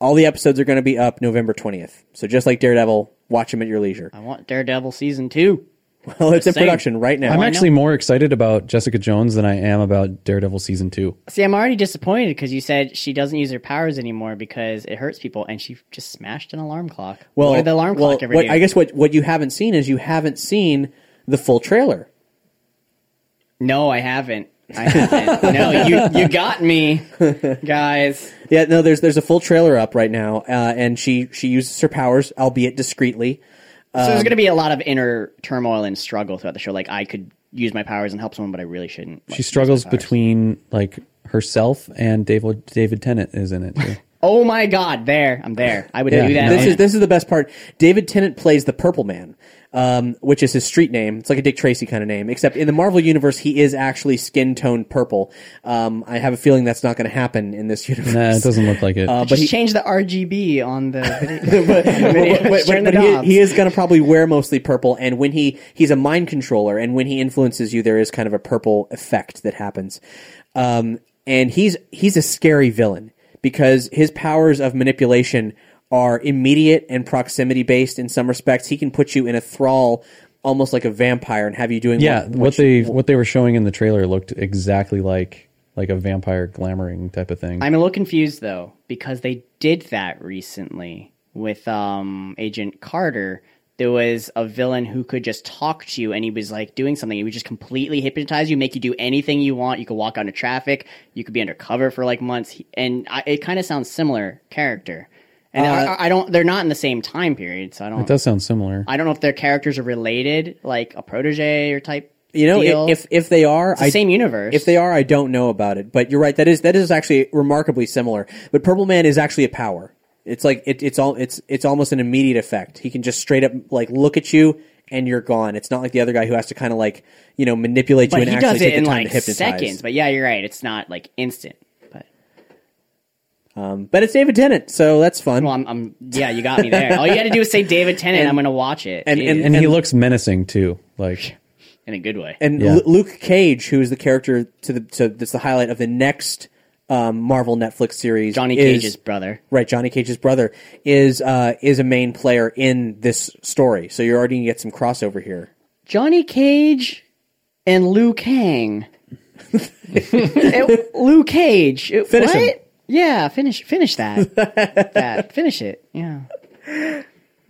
B: All the episodes are going to be up November 20th. So, just like Daredevil, watch them at your leisure.
D: I want Daredevil season two.
B: Well, it's in
D: Same.
B: production right now.
C: I'm actually more excited about Jessica Jones than I am about Daredevil season two.
D: See, I'm already disappointed because you said she doesn't use her powers anymore because it hurts people, and she just smashed an alarm clock.
B: well,
D: what did the alarm
B: well,
D: clock ever
B: what-
D: do?
B: I guess what what you haven't seen is you haven't seen the full trailer.
D: no, I haven't. I haven't. no, you you got me, guys.
B: Yeah, no, there's there's a full trailer up right now, uh, and she she uses her powers, albeit discreetly.
D: So
B: Um,
D: there's going to be a lot of inner turmoil and struggle throughout the show. Like I could use my powers and help someone, but I really shouldn't. Like,
C: She struggles between like herself and David David Tennant is in it. Too.
D: oh my god, there, I'm there. I would
C: Yeah.
D: do that.
B: This is this is the best part. David Tennant plays the Purple Man. um, which is his street name. It's like a Dick Tracy kind of name, except in the Marvel universe, he is actually skin tone purple. Um, I have a feeling that's not going to happen in this universe.
C: Nah, it doesn't look like it.
B: Uh,
D: Just
B: he-
D: change the RGB on the video.
B: but,
D: Video.
B: but- but-
D: Turn
B: but
D: the
B: he,
D: knobs.
B: he is going to probably wear mostly purple. And when he he's a mind controller, and when he influences you, there is kind of a purple effect that happens. Um, and he's he's a scary villain because his powers of manipulation are immediate and proximity based. In some respects, he can put you in a thrall, almost like a vampire, and have you doing
C: yeah,
B: what,
C: what, they what they were showing in the trailer looked exactly like like a vampire glamoring type of thing.
D: I'm a little confused though because they did that recently with um, Agent Carter. There was a villain who could just talk to you, and he was like doing something. He would just completely hypnotize you, make you do anything you want. You could walk out into traffic. You could be undercover for like months, He- and I, it kind of sounds similar character. And
B: Uh,
D: I- I, I don't. They're not in the same time period, so I don't.
C: it does sound similar.
D: I don't know if their characters are related, like a protege or type.
B: you know
D: deal.
B: if if they are
D: It's the same universe.
B: If they are, I don't know about it. But you're right. That is that is actually remarkably similar. But Purple Man is actually a power. It's like it, it's all it's it's almost an immediate effect. He can just straight up like look at you and you're gone. It's not like the other guy who has to kind of like you know manipulate you
D: but
B: and
D: he
B: actually
D: does
B: take
D: it
B: the time
D: in
B: to
D: like
B: hypnotize.
D: seconds. But yeah, you're right. It's not like instant. But
B: But it's David Tennant, so that's fun.
D: Well, I'm, I'm yeah, you got me there. All you had to do is say David Tennant. I'm gonna watch it
B: and-
D: in,
C: and he looks menacing too. Like
D: in a good way.
B: and
C: Yeah.
B: Lu Luke Cage, who is the character to the to that's the highlight of the next um, Marvel Netflix series,
D: Johnny
B: is-
D: Cage's brother.
B: right johnny cage's brother is uh is a main player in this story so you're already gonna get some crossover here
D: Johnny Cage and Liu Kang. It- Liu Cage. It-
B: Finish
D: what?
B: him.
D: Yeah, finish finish that. that finish it. Yeah.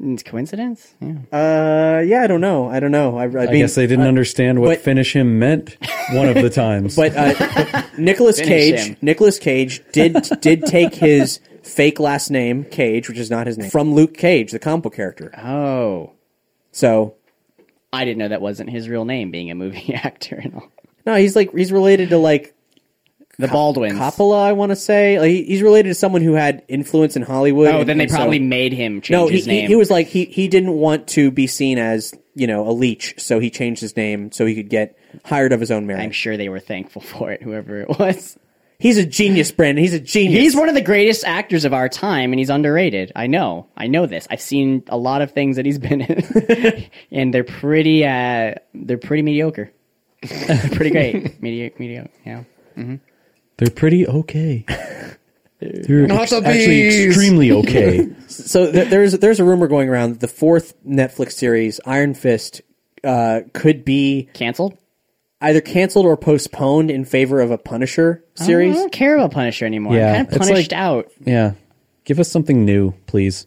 D: It's coincidence. Yeah.
B: uh yeah i don't know i don't know i, I
C: I
B: mean,
C: guess they didn't understand what
B: but-
C: finish him meant one of the times.
B: but uh nicholas
D: Finish
B: cage
D: him.
B: nicholas cage did did take his fake last name cage which is not his name from luke cage the comic book character
D: Oh,
B: so
D: I didn't know that wasn't his real name. Being a movie actor and all.
B: no he's like he's related to like
D: The Baldwins.
B: Coppola, I want to say. Like, he- he's related to someone who had influence in Hollywood.
D: Oh,
B: and-
D: then they
B: and so-
D: probably made him change
B: No, he,
D: his
B: he,
D: name.
B: he was like he, he didn't want to be seen as you know a leech, so he changed his name so he could get hired of his own merit.
D: I'm sure they were thankful for it. Whoever it was.
B: he's a genius, Brandon. He's a genius.
D: He's one of the greatest actors of our time, and he's underrated. I know. I know this. I've seen a lot of things that he's been in, and they're pretty. Uh, they're pretty mediocre. They're pretty great. Medi- mediocre. Yeah.
C: They're pretty okay. They're
E: Not
C: ex-
E: the
C: actually
E: bees.
C: extremely okay.
B: so th- there's there's a rumor going around that the fourth Netflix series, Iron Fist, uh, could be
D: Cancelled.
B: either canceled or postponed in favor of a Punisher
D: I
B: series.
D: don't care about Punisher anymore.
C: Yeah,
D: I'm kind
C: it's
D: of punished
C: like-
D: out.
C: yeah, give us something new, please.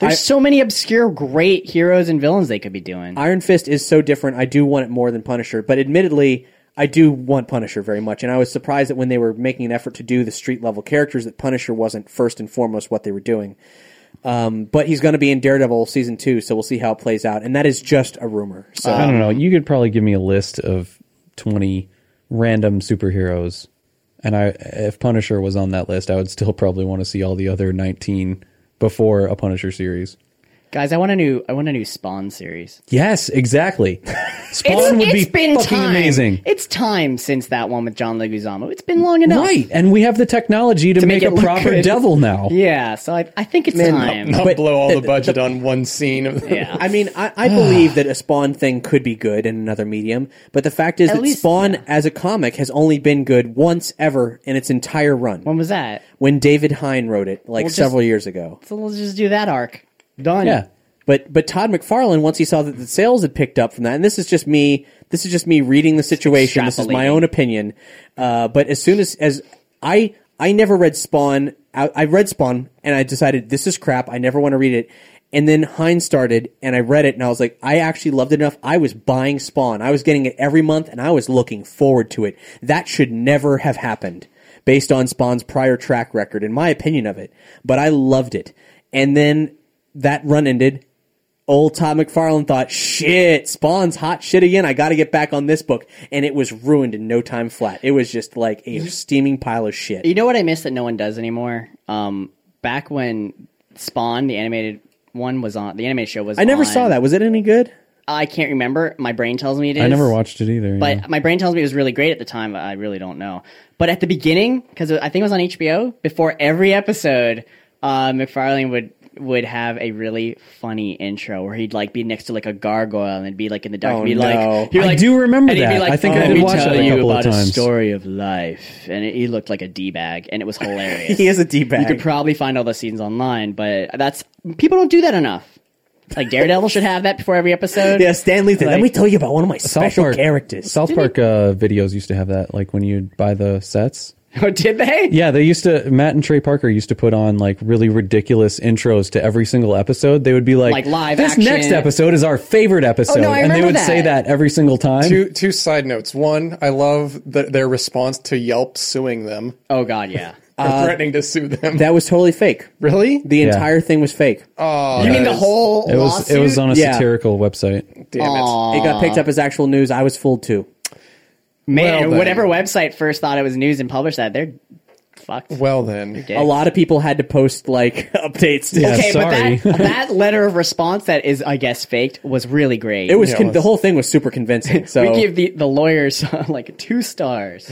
D: There's so many obscure, great heroes and villains they could be doing.
B: Iron Fist is so different. I do want it more than Punisher, but admittedly, I do want Punisher very much. And I was surprised that when they were making an effort to do the street level characters, that Punisher wasn't first and foremost what they were doing. Um, but he's going to be in Daredevil season two, so we'll see how it plays out. And that is just a rumor. So
C: I don't know. You could probably give me a list of twenty random superheroes, and I if Punisher was on that list, I would still probably want to see all the other nineteen before a Punisher series.
D: Guys, I want a new. I want a new Spawn series.
C: Yes, exactly. Spawn
D: It's-
C: would
D: it's
C: be fucking amazing.
D: It's time since that one with John Leguizamo. It's been long enough.
C: Right, and we have the technology to, make,
D: make it
C: a
D: look
C: proper
D: good.
C: devil now.
D: Yeah, so I, I think it's time.
E: Not
B: But
E: blow all
B: the-
E: the budget on one scene. Of
D: Yeah.
B: I mean, I, I believe that a Spawn thing could be good in another medium, but the fact is
D: At
B: that
D: least-
B: Spawn as a comic has only been good once ever in its entire run.
D: When was that?
B: when David Hine wrote it, like
D: just-
B: several years ago.
D: So let's just do that arc. Done.
C: Yeah.
B: But but Todd McFarlane, once he saw that the sales had picked up from that, and this is just me, this is just me reading the situation. This is my
D: Extrapolating.
B: own opinion. Uh, but as soon as as I I never read Spawn, I, I read Spawn, and I decided this is crap. I never want to read it. And then Hine started, and I read it, and I was like, I actually loved it enough. I was buying Spawn. I was getting it every month, and I was looking forward to it. That should never have happened based on Spawn's prior track record and my opinion of it. But I loved it. And then that run ended. Old Todd McFarlane thought, shit, Spawn's hot shit again. I got to get back on this book. And it was ruined in no time flat. It was just like a steaming pile of shit.
D: You know what I miss that no one does anymore? Um, back when Spawn, the animated one, was on the animated show was.
B: I never
D: on-
B: saw that. Was it any good?
D: I can't remember. My brain tells me it is.
C: I never watched it either.
D: But
C: yeah.
D: my brain tells me it was really great at the time. I really don't know. But at the beginning, because I think it was on HBO, before every episode, uh, McFarlane would would have a really funny intro where he'd like be next to like a gargoyle and it'd be like in the dark.
E: Oh,
D: he'd be
E: no.
D: like, he'd be
C: I
D: like-
C: do remember
D: and he'd be
C: that.
D: like,
C: I think
D: "Oh,
C: I
D: let
C: did
D: me
C: watch
D: tell
C: that a
D: you
C: couple of
D: about
C: times."
D: A story of life, and he looked like a d bag, and it was hilarious.
B: He is a d
D: You could
B: bag.
D: probably find all the scenes online, but that's people don't do that enough. Like Daredevil should have that before every episode.
B: Yeah, Stanley. Like, Let
D: Like-
B: me tell you about one of my special characters.
C: South Park uh, videos used to have that. Like when you'd buy the sets.
D: Oh, did they?
C: Yeah, they used to. Matt and Trey Parker used to put on like really ridiculous intros to every single episode. They would be like,
D: Like live
C: This
D: action."
C: next episode is our favorite episode,
D: I
C: and they
D: remember
C: would
D: that.
C: say that every single time.
E: Two two side notes. One, I love the, their response to Yelp suing them,
D: Oh God, yeah.
E: or threatening to sue them.
B: That was totally fake.
E: really?
B: The
C: Yeah.
B: entire thing was fake.
E: oh,
D: You mean the
E: that is-
D: whole
C: it was
D: lawsuit?
C: it was on a
B: Yeah.
C: satirical website.
E: Damn it.
B: It got picked up as actual news. I was fooled too.
D: Man,
E: Well, then.
D: whatever website first thought it was news and published that, they're fucked.
E: Well then,
D: Dick.
B: A lot of people had to post like updates.
C: Yeah,
D: okay,
C: sorry.
D: but that, that letter of response that is, I guess, faked was really great.
B: It was,
E: Yeah, it
B: con- the
E: was.
B: whole thing was super convincing. So
D: We give the, the lawyers like two stars.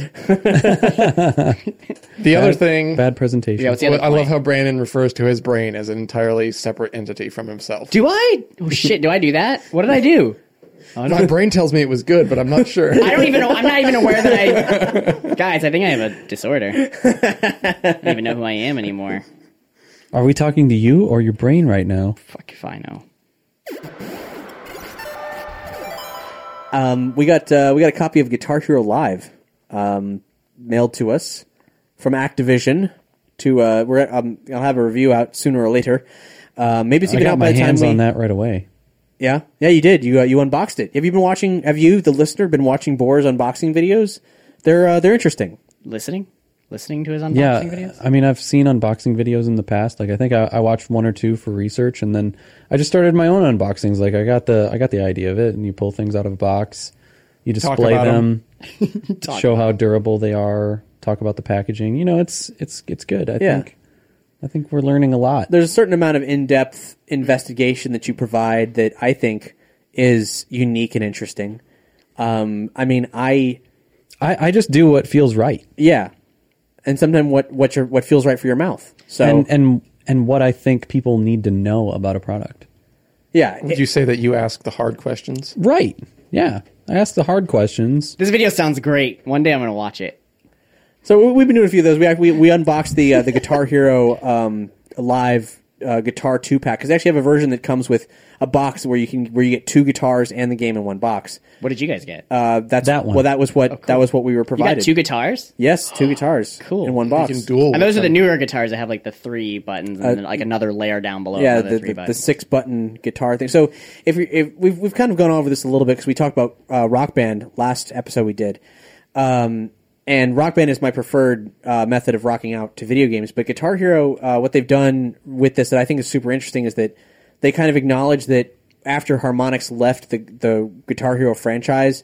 E: the other thing.
C: Bad presentation.
D: Yeah, what's the other
E: I love
D: point?
E: how Brandon refers to his brain as an entirely separate entity from himself.
D: Do I? Oh shit! Do I do that? What did I do?
E: My brain tells me it was good, but I'm not sure.
D: I don't even. know. I'm not even aware that I. Guys, I think I have a disorder. I don't even know who I am anymore.
C: Are we talking to you or your brain right now?
D: Fuck if I know.
B: um, we got uh, we got a copy of Guitar Hero Live um, mailed to us from Activision. To uh, we're at, um, I'll have a review out sooner or later. Uh, maybe it's
C: I
B: even
C: got
B: out by
C: my
B: the time
C: hands
B: we.
C: on that right away.
B: Yeah, yeah, you did. You uh, you unboxed it. Have you been watching? Have you, the listener, been watching Boar's unboxing videos? They're uh, they're interesting.
D: Listening, listening to his unboxing
C: Yeah,
D: videos.
C: I mean, I've seen unboxing videos in the past. Like, I think I, I watched one or two for research, and then I just started my own unboxings. Like, I got the I got the idea of it, and you pull things out of a box, you display
E: about
C: them, show how durable they are, talk about the packaging. You know, it's it's it's good. I
B: Yeah.
C: think I think we're learning a lot.
B: There's a certain amount of in depth investigation that you provide that I think is unique and interesting. Um, I mean, I
C: I, I just do what feels right,
B: yeah, and sometimes what what your what feels right for your mouth. So
C: and and and what I think people need to know about a product.
B: yeah,
E: Would you say that you ask the hard questions?
C: Right? Yeah. I ask the hard questions.
D: This video sounds great. One day I'm gonna watch it.
B: So we- we've been doing a few of those. We act- we, we unboxed the uh, the Guitar Hero um, live uh, guitar two pack because they actually have a version that comes with a box where you can where you get two guitars and the game in one box.
D: What did you guys get?
B: Uh, that's
C: That one.
B: Well, that was what that was what we were
D: you
B: provided.
D: got two guitars.
B: yes, two guitars.
D: Cool.
B: In one box.
E: You can duel.
D: And
E: with
D: those are the
E: them.
D: newer guitars that have like the three buttons and then, like another layer down below.
B: Uh, yeah,
D: another
B: the,
D: three
B: the, the
D: buttons.
B: six button guitar thing. So if, you, if we've we've kind of gone over this a little bit because we talked about uh, Rock Band last episode we did, um, and Rock Band is my preferred uh, method of rocking out to video games. But Guitar Hero, uh, what they've done with this that I think is super interesting is that they kind of acknowledge that after Harmonix left the the Guitar Hero franchise,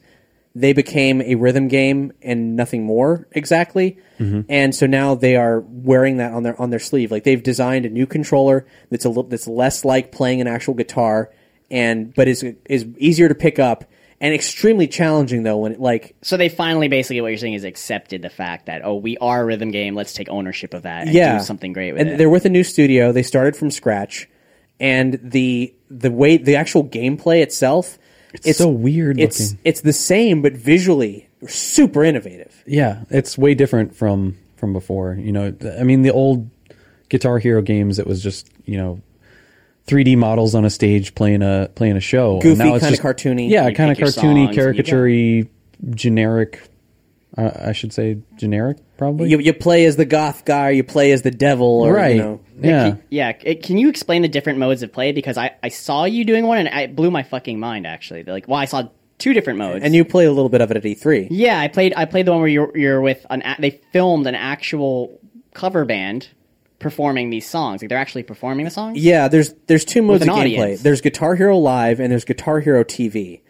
B: they became a rhythm game and nothing more exactly. And so now they are wearing that on their on their sleeve. Like they've designed a new controller that's a little that's less like playing an actual guitar and but is is easier to pick up and extremely challenging though when it like
D: so they finally basically what you're saying is accepted the fact that oh we are a rhythm game. Let's take ownership of that. And
B: yeah
D: do something great with
B: and
D: it.
B: they're with a new studio they started from scratch and the the way the actual gameplay itself it's,
C: so weird
B: it's
C: looking.
B: it's the same but visually super innovative
C: yeah it's way different from from before you know i mean the old guitar hero games it was just you know 3d models on a stage playing a playing a show And
B: Goofy,
C: now it's
B: kinda
C: just-
B: cartoony.
C: yeah
D: You
C: kind of
D: pick your songs
C: cartoony
D: and you go.
C: caricaturey generic uh, i should say generic probably
B: you, you play as the goth guy, or you play as the devil, or
C: right
B: You know,
C: yeah
D: Yeah, c- can you explain the different modes of play? Because I, I saw you doing one and I- it blew my fucking mind. Actually, They're like, well, I saw two different modes.
B: and you play a little bit of it at E E3.
D: yeah, I played I played the one where you're you're with an a- they filmed an actual cover band performing these songs. Like they're actually performing the songs.
B: Yeah, there's there's two modes
D: With
B: of
D: an
B: gameplay.
D: audience.
B: There's Guitar Hero Live and there's Guitar Hero TV.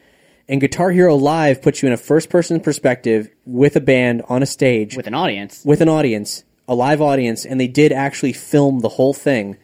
B: And Guitar Hero Live puts you in a first person perspective with a band on a stage
D: with an audience.
B: with an audience, a live audience, and they did actually film the whole thing.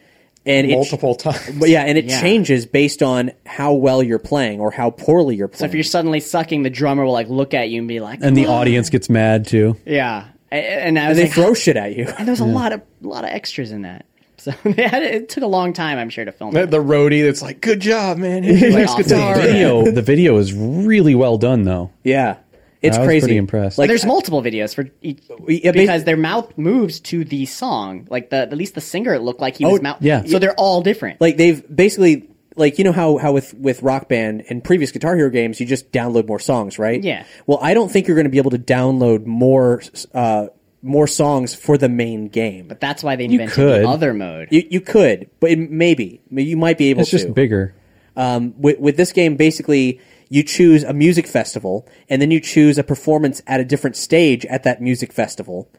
B: and it-
E: multiple times.
B: but yeah, and it
D: Yeah.
B: changes based on how well you're playing or how poorly you're playing.
D: If you're suddenly sucking, the drummer will like look at you and be like,
C: and the audience gets mad too.
D: yeah. A- And I was
B: they
D: like,
B: throw shit at you.
D: and there's a lot of a lot of extras in that. So they had, it took a long time, I'm sure, to film
E: The,
D: it.
E: the roadie that's like, good job, man. Hit your next
D: awesome.
E: guitar.
D: Yeah.
C: Video, the video is really well done though.
B: Yeah, it's
C: I was
B: crazy.
C: pretty impressed.
B: Like
D: There's multiple videos for each
B: Yeah, ba-
D: because their mouth moves to the song. Like the at least the singer it looked like he was mouth.
C: yeah.
D: So they're all different.
B: like they've basically like you know how how with with Rock Band and previous Guitar Hero games you just download more songs, right?
D: Yeah.
B: Well, I don't think you're going to be able to download more uh more songs for the main game.
D: but that's why they invented
C: could.
D: the other mode.
B: You, you could, but it, maybe you might be able
C: It's
B: to.
C: just bigger.
B: Um, with, with this game, basically, you choose a music festival, and then you choose a performance at a different stage at that music festival,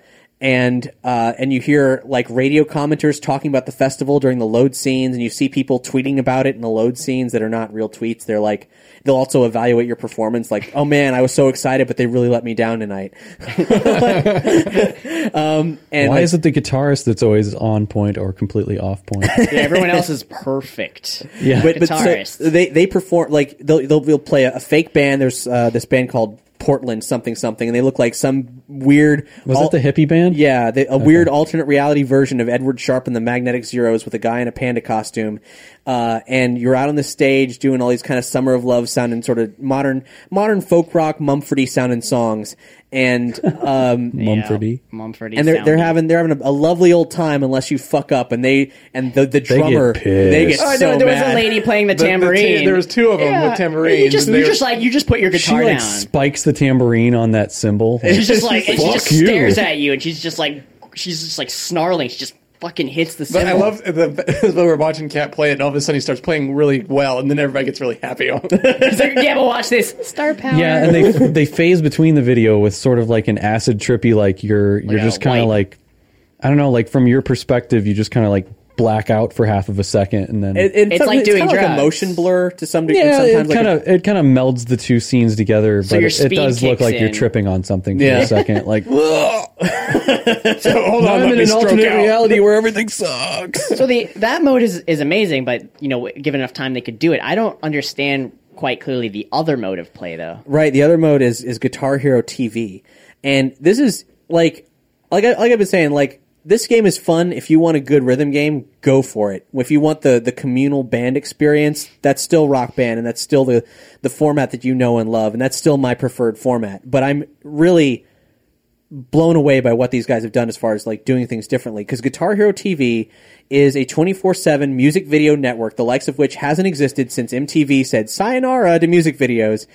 B: and uh, and you hear like radio commenters talking about the festival during the load scenes, and you see people tweeting about it in the load scenes that are not real tweets. They're like they'll also evaluate your performance, like, oh man, I was so excited, but they really let me down tonight. um, and
C: Why
B: like,
C: is it the guitarist that's always on point or completely off point?
D: Yeah, everyone else is perfect.
C: Yeah.
B: but, but so uh,
D: Guitarists.
B: they they perform like they'll they'll, they'll play a, a fake band. There's uh, this band called Portland something something, and they look like some weird.
C: Was
B: al-
C: it the hippie band?
B: Yeah, they, a weird alternate reality version of Edward Sharpe and the Magnetic Zeros with a guy in a panda costume, uh, and you're out on the stage doing all these kind of summer of love sounding sort of modern modern folk rock Mumfordy sounding songs, and um,
C: Mumfordy.
D: Mumfordy.
B: and they're they're
D: sounding.
B: having they're having a, a lovely old time unless you fuck up and they and the the drummer they get
C: pissed.
D: Oh,
B: so
D: no, there was
B: mad.
D: a lady playing the
E: The- the ta-
D: tambourine.
E: there was two of them with tambourines.
D: You just,
E: and they
D: you
E: were-
D: just like you just put your
C: She
D: guitar
C: like
D: down.
C: spikes the tambourine on that cymbal.
D: She's just like and she
C: Fuck
D: just
C: you.
D: stares at you, and she's just like she's just like snarling. She just fucking hits the.
E: But I
D: cymbal.
E: love the, the we're watching Cat play it, and all of a sudden he starts playing really well, and then everybody gets really happy.
D: It's like, yeah, but watch this star power.
C: Yeah, and they they phase between the video with sort of like an acid trippy, like you're you're
D: a
C: just kind of
D: white-
C: like, I don't know, like from your perspective, you just kind of like black out for half of a second, and then
B: It- it-
D: It's
B: some-
D: like doing
B: kinda like a
D: drugs.
B: motion blur to some degree.
C: yeah,
B: sometimes
C: it kind of it kind of melds the two scenes together, but
D: your
C: it, it
D: speed
C: does look
D: kicks
C: like you're
D: in.
C: tripping on something for
B: Yeah.
C: a second, like
E: so hold on, let me stroke out.
C: where everything sucks.
D: So the that mode is is amazing, but you know, given enough time, they could do it. I don't understand quite clearly the other mode of play though.
B: right. The other mode is is Guitar Hero TV, and this is like like I, like I've been saying like. This game is fun. If you want a good rhythm game, go for it. If you want the, the communal band experience, that's still Rock Band, and that's still the, the format that you know and love, and that's still my preferred format. But I'm really blown away by what these guys have done as far as like doing things differently because Guitar Hero TV is a 24/7 music video network the likes of which hasn't existed since MTV said sayonara to music videos.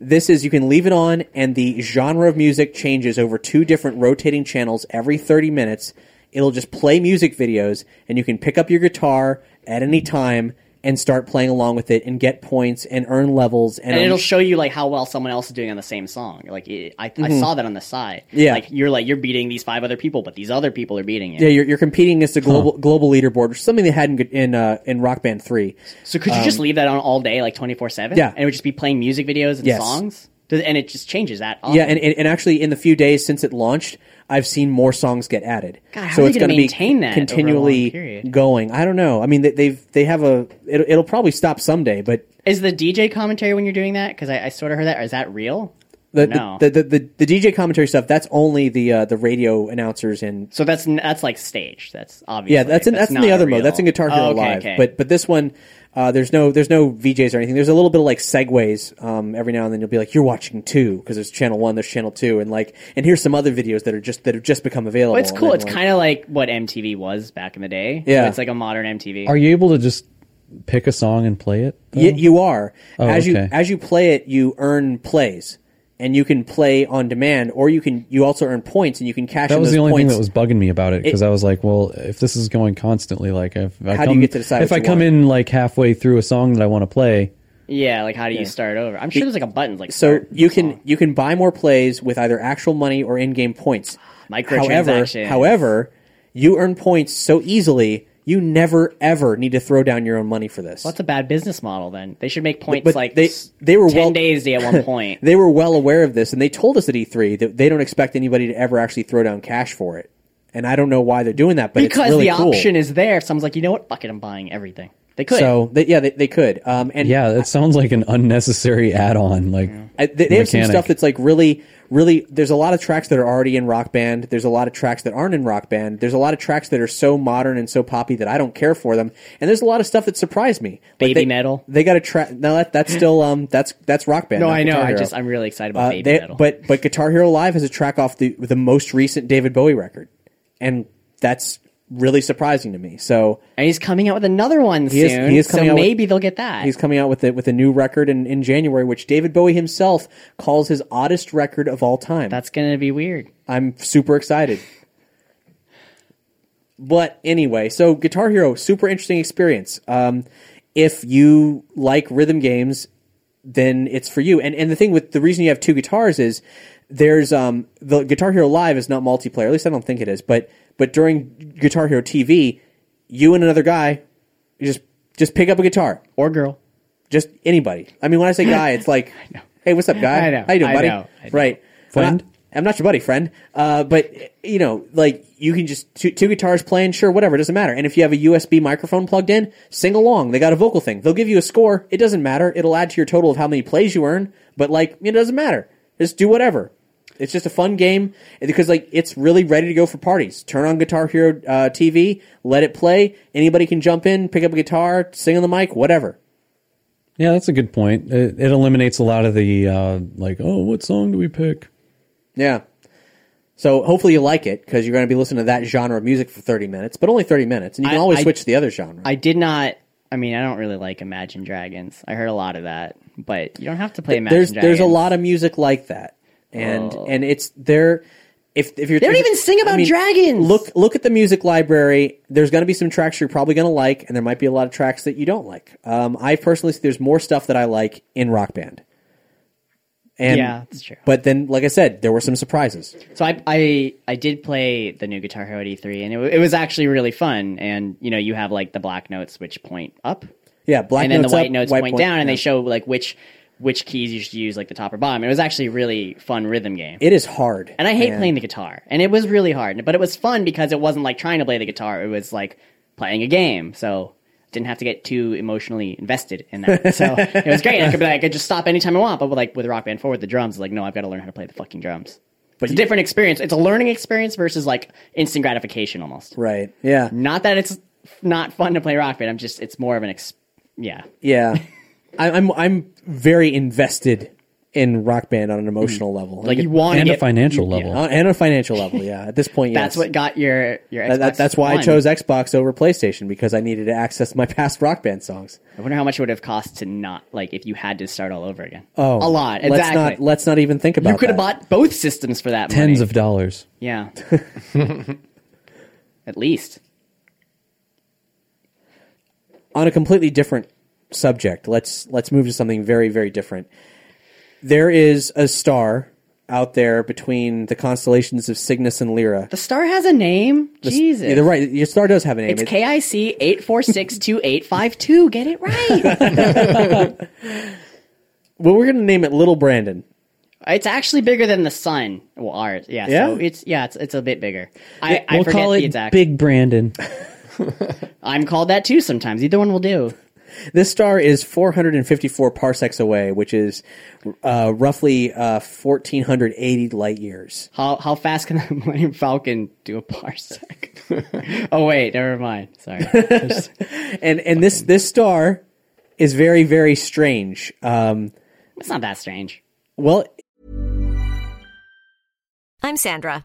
B: This is you can leave it on and the genre of music changes over two different rotating channels every 30 minutes. It'll just play music videos and you can pick up your guitar at any time and start playing along with it and get points and earn levels and,
D: And it'll show you like how well someone else is doing on the same song. Like it, I, I saw that on the side.
B: Mm-hmm. Yeah.
D: like you're like you're beating these five other people, but these other people are beating it.
B: yeah, you're, you're competing against a global global leaderboard, which is something they had in in, uh, in Rock Band Three.
D: So could you just leave that on all day, like twenty four seven?
B: um, Yeah.
D: and it would just be playing music videos and
B: Yes.
D: songs. Does- And it just changes that. Up.
B: Yeah, and, and, and actually, in the few days since it launched, I've seen more songs get added.
D: God, how
B: so
D: are they
B: it's
D: gonna
B: going to be
D: maintain that over a long
B: continually
D: period?
B: going. I don't know. I mean, they, they've they have a it'll, it'll probably stop someday, but
D: is the DJ commentary when you're doing that? Because I, I sort of heard that. Or is that real?
B: the
D: No.
B: the, the, the the DJ commentary stuff that's only the uh, the radio announcers and
D: So that's n- that's like stage. That's obviously
B: yeah that's in that's, in the
D: not
B: other
D: real.
B: mode. That's in Guitar Hero
D: Oh, okay,
B: Live,
D: okay.
B: but but this one. Uh, there's no there's no VJs or anything. There's a little bit of like segues um, every now and then. You'll be like, you're watching two because there's channel one, there's channel two, and like and here's some other videos that are just that have just become available.
D: But it's
B: And
D: cool.
B: then,
D: It's
B: like-
D: kind of like what MTV was back in the day.
B: Oh, Yeah.
D: it's like a modern MTV.
C: Are you able to just pick a song and play it? though?
B: Y- you are as you
C: Oh, okay.
B: as you play it, you earn plays, and you can play on demand, or you can you also earn points, and you can cash.
C: That
B: in
C: was
B: those
C: the only
B: points.
C: thing that was bugging me about it because I was like, well, if this is going constantly, like if I
B: How do
C: come,
B: you get to decide
C: if
B: what
C: I
B: you
C: come
B: want?
C: in like halfway through a song that I want to play,
D: yeah, like how do you start over? I'm sure there's like a button like
B: So
D: start
B: you
D: song.
B: can you can buy more plays with either actual money or in game points. However,
D: Microtransactions.
B: however, you earn points so easily. You never ever need to throw down your own money for this.
D: That's a bad business model. Then they should make points
B: but
D: like
B: they-
D: s-
B: they were
D: ten
B: well-
D: days at one point.
B: E they were well aware of this, and they told us at E3 that they don't expect anybody to ever actually throw down cash for it. and I don't know why they're doing that, but
D: because
B: it's really
D: the
B: cool.
D: option is there. Someone's like, you know what? Fuck it, I'm buying everything. They could.
B: So they, yeah, they, they could. Um, and
C: Yeah, that sounds like an unnecessary add-on. Like,
B: I, they, they have some
C: Mechanic.
B: stuff that's like really, really. There's a lot of tracks that are already in Rock Band. There's a lot of tracks that aren't in Rock Band. There's a lot of tracks that are so modern and so poppy that I don't care for them. And there's a lot of stuff that surprised me. Like
D: Baby
B: they-
D: metal.
B: They got a track. No, that, that's still um, that's that's Rock Band.
D: no,
B: not
D: I know.
B: Guitar
D: I
B: Hero.
D: just I'm really excited about
B: Uh,
D: baby
B: they-
D: metal.
B: But but Guitar Hero Live has a track off the the most recent David Bowie record, and that's really surprising to me. So
D: and he's coming out with another one
B: He
D: soon.
B: is- he is coming
D: so
B: out with-
D: maybe they'll get that.
B: He's coming out with it with a new record in, in January, which David Bowie himself calls his oddest record of all time.
D: That's gonna be weird.
B: I'm super excited. But anyway, so Guitar Hero, super interesting experience. Um, if you like rhythm games, then it's for you. And and the thing with the reason you have two guitars is there's um, the Guitar Hero Live is not multiplayer. At least I don't think it is. But but during Guitar Hero TV, you and another guy you just just pick up a guitar
D: Or girl.
B: just anybody. I mean, when I say guy, it's like, hey, what's up, guy?
D: I know.
B: How you doing,
D: I
B: buddy?
D: know. I know.
B: Right,
C: Friend?
B: I'm not, I'm not your buddy, friend. Uh, but you know, like you can just two, two guitars playing, sure, whatever, it doesn't matter. And if you have a USB microphone plugged in, sing along. They got a vocal thing. They'll give you a score. It doesn't matter. It'll add to your total of how many plays you earn. But like, it doesn't matter. Just do whatever. It's just a fun game and because like it's really ready to go for parties. Turn on Guitar Hero uh, TV, let it play. Anybody can jump in, pick up a guitar, sing on the mic, whatever.
C: yeah, that's a good point. It, it eliminates a lot of the uh, like, oh, what song do we pick?
B: Yeah. So hopefully you like it because you're going to be listening to that genre of music for 30 minutes, but only 30 minutes, and you can
D: I-
B: always
D: I-
B: switch to the other genre.
D: I did not. I mean, I don't really like Imagine Dragons. I heard a lot of that, but you don't have to play Imagine
B: there's
D: Dragons.
B: there's a lot of music like that, and and it's there. If if you're
D: don't even sing about dragons!
B: Look look at the music library. There's going to be some tracks you're probably going to like, and there might be a lot of tracks that you don't like. Um, I personally think there's more stuff that I like in Rock Band. And,
D: Yeah, that's true.
B: But then, like I said, there were some surprises.
D: So I, I I did play the new Guitar Hero at E3, and it, wa- it was actually really fun. And you know, you have like the black notes which point up,
B: Yeah, black
D: and then
B: notes
D: the white
B: up,
D: notes
B: white
D: point,
B: point-
D: down, and
B: yeah.
D: they show like which which keys you should use, like the top or bottom. It was actually a really fun rhythm game.
B: It is hard.
D: and I hate playing the guitar, and it was really hard, but it was fun because it wasn't like trying to play the guitar; it was like playing a game. So didn't have to get too emotionally invested in that. So it was great. I could be like, I could just stop anytime I want. But with, like with Rock Band Four, with the drums, like no, I've got to learn how to play the fucking drums. But it's a different experience. It's a learning experience versus like instant gratification almost.
B: Right. Yeah.
D: Not that it's not fun to play Rock Band. I'm just it's more of an ex- yeah.
B: Yeah, I, I'm I'm very invested in Rock Band on an emotional level,
D: Mm. Like you want to
C: And a
D: get
C: financial level.
B: Uh, and a financial level. Yeah, at this point, yes.
D: That's what got your your.
B: That- that-
D: Xbox
B: that's why I
D: One.
B: chose Xbox over PlayStation because I needed to access my past Rock Band songs.
D: I wonder how much it would have cost to not like if you had to start all over again.
B: Oh,
D: a lot. Exactly.
B: Let's not let's not even think about.
D: you could have
B: that.
D: bought both systems for that.
C: Tens
D: money.
C: of dollars.
D: yeah, at least.
B: on a completely different subject. Let's let's move to something very very different. There is a star out there between the constellations of Cygnus and Lyra.
D: The star has a name. Jesus,
B: Yeah, they're right. Your star does have a name.
D: It's
B: It-
D: KIC eight four six two eight five two. Get it right.
B: well, we're going to name it Little Brandon.
D: it's actually bigger than the sun. Well, ours. Yeah. So
B: Yeah?
D: it's yeah. It's it's a bit bigger. I, I
C: we'll
D: forget
C: call
D: the
C: it
D: exact.
C: Big Brandon.
D: I'm called that too sometimes. Either one will do.
B: This star is 454 parsecs away, which is uh, roughly uh, 1480 light years.
D: How how fast can the Millennium Falcon do a parsec? oh wait, never mind. Sorry.
B: And and this this star is very very strange. Um,
D: It's not that strange.
B: well,
F: I'm Sandra,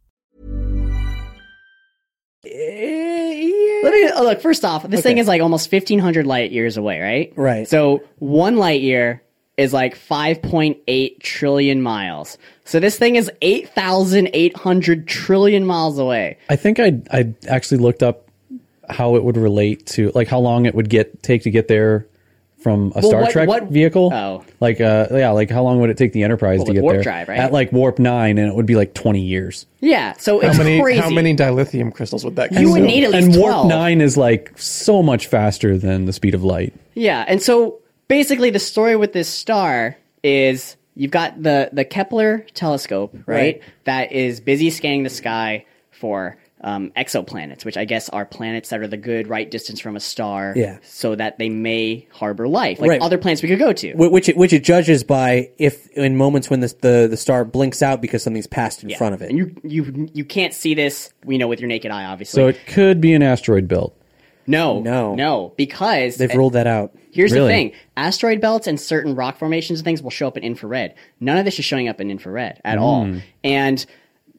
D: Let me oh, look. First off, this thing is like almost fifteen hundred light years away, right?
B: Right.
D: So one light year is like five point eight trillion miles. So this thing is eight thousand eight hundred trillion miles away.
C: I think I I actually looked up how it would relate to like how long it would get take to get there from a Star
D: what-
C: Trek
D: what-
C: vehicle.
D: Oh.
C: like uh, yeah, like how long would it take the Enterprise to
D: with
C: get
D: warp
C: there?
D: drive, right?
C: At like warp nine, and it would be like twenty years.
D: Yeah. So
E: How
D: it's
E: many
D: crazy.
E: how many dilithium crystals would that
D: You would
E: consume?
D: need at least
C: And warp
D: twelve.
C: nine is like so much faster than the speed of light.
D: Yeah, and so basically the story with this star is you've got the the Kepler telescope, right?
B: Right.
D: That is busy scanning the sky for um, exoplanets, which I guess are planets that are the good right distance from a star,
B: Yeah.
D: so that they may harbor life, like
B: Right.
D: other planets we could go to.
B: Wh- which it, which it judges by if in moments when the the, the star blinks out because something's passed in front of it.
D: And you you you can't see this, you know, with your naked eye, obviously.
C: So it could be an asteroid belt.
D: no,
B: No.
D: no, because
B: They've ruled that out.
D: Here's the
C: Really?
D: thing: asteroid belts and certain rock formations and things will show up in infrared. None of this is showing up in infrared at
B: Hmm.
D: all. And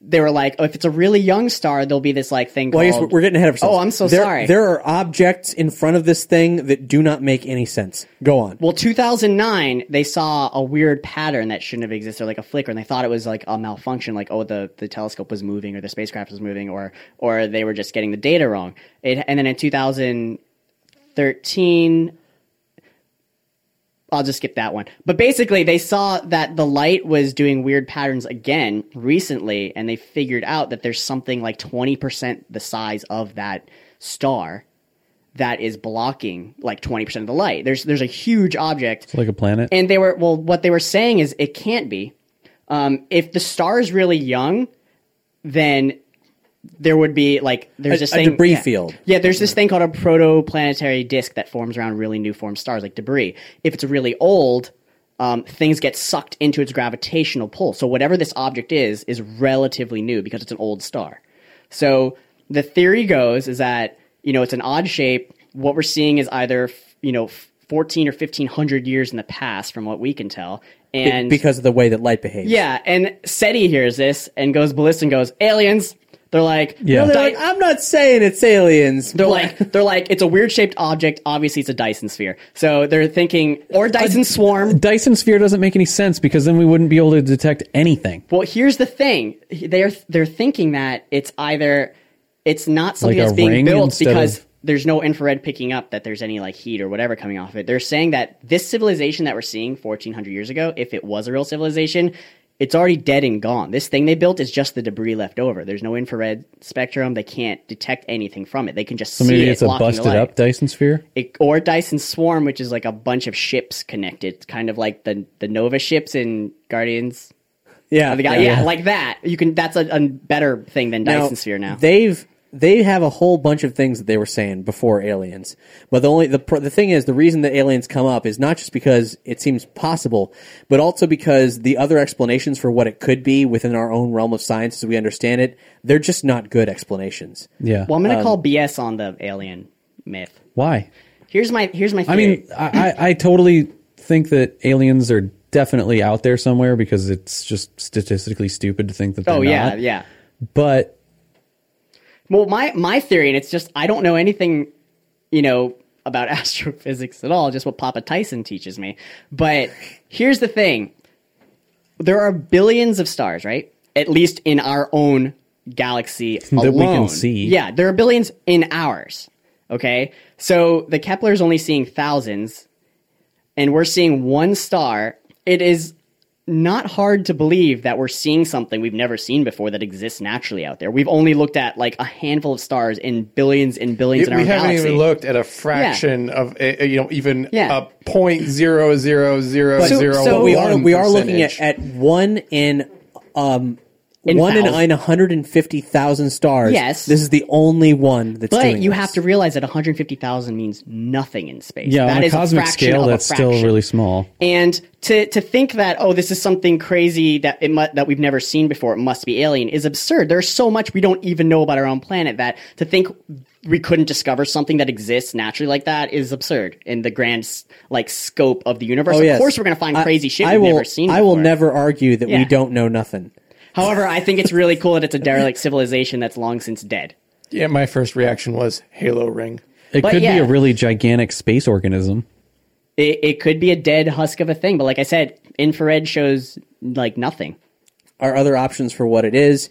D: they were like, oh, if it's a really young star, there'll be this like thing.
B: Well, I guess
D: called,
B: we're- we're getting ahead of ourselves.
D: Oh, I'm so
B: There-
D: sorry.
B: There are objects in front of this thing that do not make any sense. Go on.
D: well, 2009, they saw a weird pattern that shouldn't have existed, like a flicker, and they thought it was like a malfunction, like oh, the, the telescope was moving, or the spacecraft was moving, or or they were just getting the data wrong. It, and then in 2013, I'll just skip that one. But basically, they saw that the light was doing weird patterns again recently, and they figured out that there's something like 20% the size of that star that is blocking like 20% of the light. There's there's a huge object.
C: Like a planet.
D: And they were well, what they were saying is it can't be. Um, if the star is really young, then there would be like there's
B: A-
D: this
B: a
D: thing
B: debris
D: yeah.
B: field.
D: Yeah, there's this thing called a protoplanetary disk that forms around really new formed stars like debris. If it's really old, um, things get sucked into its gravitational pull. So whatever this object is is relatively new because it's an old star. So the theory goes is that you know it's an odd shape. What we're seeing is either f- you know f- 14 or 1500 years in the past from what we can tell. And
B: because of the way that light behaves.
D: yeah, and SETI hears this and goes ballistic and goes, aliens. They're like,
C: Yeah.
B: No, they're
D: Di-
B: like, I'm not saying it's aliens.
D: they're like, they're like, it's a weird shaped object. Obviously, it's a Dyson sphere. So they're thinking, or Dyson swarm.
C: Dyson sphere doesn't make any sense because then we wouldn't be able to detect anything.
D: Well, here's the thing: they're they're thinking that it's either it's not something
C: Like a
D: that's being
C: ring
D: built
C: instead
D: because
C: of-
D: there's no infrared picking up that there's any like heat or whatever coming off it. They're saying that this civilization that we're seeing 1400 years ago, if it was a real civilization, it's already dead and gone. This thing they built is just the debris left over. There's no infrared spectrum. They can't detect anything from it. They can just
C: So
D: see
C: maybe
D: it
C: it's a
D: blocking the
C: busted
D: light.
C: up Dyson sphere.
D: It- or Dyson Swarm, which is like a bunch of ships connected, kind of like the the Nova ships in Guardians Uh,
B: yeah,
D: the guy, yeah, like that. You can. That's a, a better thing than
B: Now,
D: Dyson Sphere now.
B: They've they have a whole bunch of things that they were saying before aliens, but the only the pr- the thing is the reason that aliens come up is not just because it seems possible, but also because the other explanations for what it could be within our own realm of science as we understand it, they're just not good explanations.
C: Yeah.
D: well, I'm gonna call BS on the alien myth.
C: Why?
D: Here's my here's my. Theory.
C: I mean, I, I, I totally think that aliens are definitely out there somewhere because it's just statistically stupid to think that they're
D: oh yeah,
C: not.
D: yeah.
C: But
D: Well, my my theory, and it's just I don't know anything, you know, about astrophysics at all. Just what Papa Tyson teaches me. But here's the thing: there are billions of stars, right? At least in our own galaxy
C: we
D: alone.
C: can see.
D: Yeah, there are billions in ours. Okay, so the Kepler's only seeing thousands, and we're seeing one star. It is not hard to believe that we're seeing something we've never seen before that exists naturally out there. We've only looked at like a handful of stars in billions and billions in our
E: we
D: own
E: haven't
D: galaxy.
E: even looked at a fraction of a, a- you know even
D: Yeah.
E: a point zero zero zero
D: so-
E: zero.
D: so
B: But we are
E: one
B: we are looking at,
E: percentage.
B: at one in um
D: In
B: one in
D: thousands.
B: 150,000 stars.
D: Yes.
B: This is the only one that's
D: But
B: doing
D: you
B: this.
D: have to realize that 150,000 means nothing in space.
C: Yeah,
D: That
C: on a
D: is
C: cosmic
D: fraction
C: scale,
D: of a
C: that's still
D: fraction.
C: really small.
D: And to to think that oh this is something crazy that it mu- that we've never seen before it must be alien is absurd. There's so much we don't even know about our own planet that to think we couldn't discover something that exists naturally like that is absurd in the grand s- like scope of the universe.
B: Oh, yes.
D: Of course we're gonna find
B: I-
D: crazy shit
B: I
D: we've
B: will,
D: never seen.
B: I will
D: before.
B: never argue that we
D: Yeah.
B: don't know nothing.
D: However, I think it's really cool that it's a derelict civilization that's long since dead.
E: Yeah, my first reaction was Halo Ring.
C: It
D: But
C: could be
D: yeah.
C: a really gigantic space organism.
D: It, it could be a dead husk of a thing, but like I said, infrared shows like nothing.
B: Our other options for what it is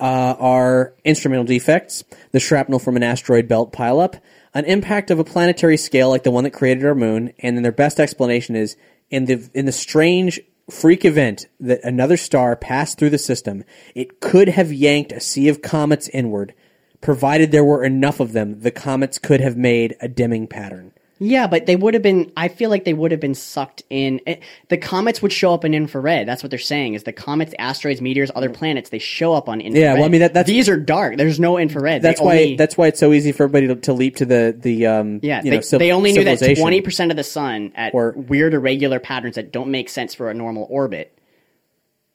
B: uh, are instrumental defects, the shrapnel from an asteroid belt pileup, an impact of a planetary scale like the one that created our moon, and then their best explanation is in the in the strange freak event that another star passed through the system, it could have yanked a sea of comets inward. Provided there were enough of them, the comets could have made a dimming pattern.
D: Yeah, but they would have been. I feel like they would have been sucked in. eh, The comets would show up in infrared. That's what they're saying. Is the comets, asteroids, meteors, other planets? They show up on infrared.
B: well, I mean, that- that's-
D: these are dark. There's no infrared. They
B: That's why
D: only-
B: that's why it's so easy for everybody to, to leap to the the um
D: yeah.
B: you
D: they,
B: know, civ-
D: they only knew that
B: civilization.
D: twenty percent of the sun at
B: Or-
D: weird irregular patterns that don't make sense for a normal orbit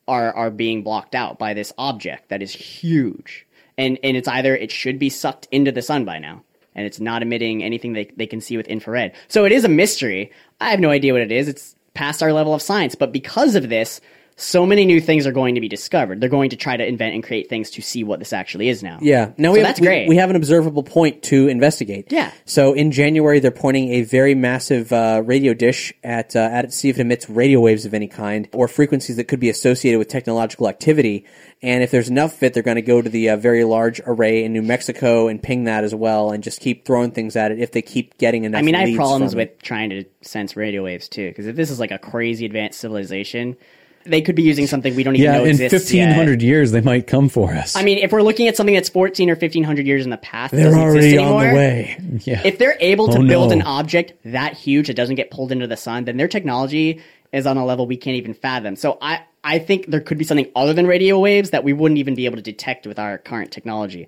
D: are are being blocked out by this object that is huge. And and it's either it should be sucked into the sun by now, and it's not emitting anything they they can see with infrared. So it is a mystery. I have no idea what it is. It's past our level of science, but because of this, so many new things are going to be discovered. They're going to try to invent and create things to see what this actually is now.
B: Yeah. Now
D: So
B: we have,
D: that's
B: we,
D: great.
B: we have an observable point to investigate.
D: Yeah.
B: So in January, they're pointing a very massive uh, radio dish at uh, at it to see if it emits radio waves of any kind or frequencies that could be associated with technological activity. And if there's enough of it, they're going to go to the uh, very large array in New Mexico and ping that as well, and just keep throwing things at it if they keep getting enough.
D: I mean, I have
B: leads
D: problems
B: from it.
D: with trying to sense radio waves too, because if this is like a crazy advanced civilization, they could be using something we don't even
C: Yeah,
D: know
C: in
D: exists yet.
C: 1500 years, they might come for us.
D: I mean, if we're looking at something that's 14 or 1500 years in the past, that
B: They're
D: doesn't
B: already on
D: exist
B: the
D: anymore,
B: way.
C: yeah.
D: If they're able to
C: Oh,
D: build an
C: no.
D: object that huge that doesn't get pulled into the sun, then their technology is on a level we can't even fathom. So I, I think there could be something other than radio waves that we wouldn't even be able to detect with our current technology.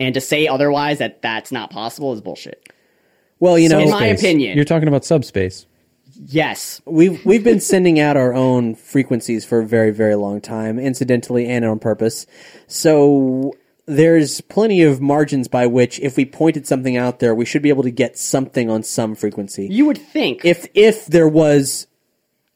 D: And to say otherwise that that's not possible is bullshit.
B: Well, you know,
D: in my
C: Space.
D: opinion-
C: You're talking about subspace.
D: Yes,
B: we've we've been sending out our own frequencies for a very very long time, incidentally and on purpose. So there's plenty of margins by which, if we pointed something out there, we should be able to get something on some frequency.
D: you would think
B: If if there was,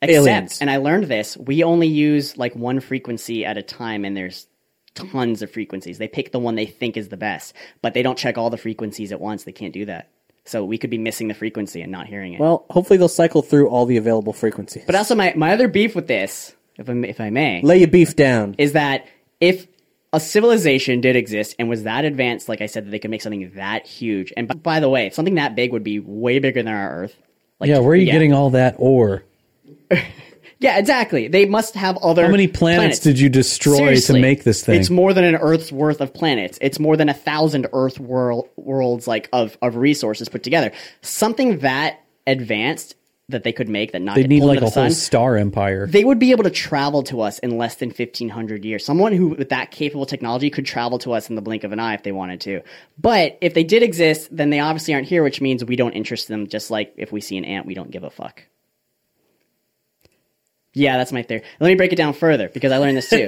D: Except,
B: Aliens.
D: and I learned this, we only use like one frequency at a time, and there's tons of frequencies. They pick the one they think is the best, but they don't check all the frequencies at once. They can't do that. So we could be missing the frequency and not hearing it.
B: well, hopefully they'll cycle through all the available frequencies.
D: but also, my, my other beef with this, if I, if I may,
B: lay your beef down.
D: is that if a civilization did exist and was that advanced, like I said, that they could make something that huge, and by, by the way, something that big would be way bigger than our Earth. Like,
C: yeah, where are you
D: yeah.
C: getting all that ore?
D: Yeah, exactly. They must have other.
C: How many planets, did you destroy
D: Seriously.
C: to make this thing?
D: It's more than an Earth's worth of planets. It's more than a thousand Earth world worlds like of of resources put together. Something that advanced that they could make that not
C: they
D: get
C: need
D: pulled
C: like
D: into
C: a
D: the
C: whole
D: sun,
C: star empire.
D: They would be able to travel to us in less than fifteen hundred years. Someone who with that capable technology could travel to us in the blink of an eye if they wanted to. But if they did exist, then they obviously aren't here, which means we don't interest them. Just like if we see an ant, we don't give a fuck. Yeah, that's my theory. Let me break it down further because I learned this too.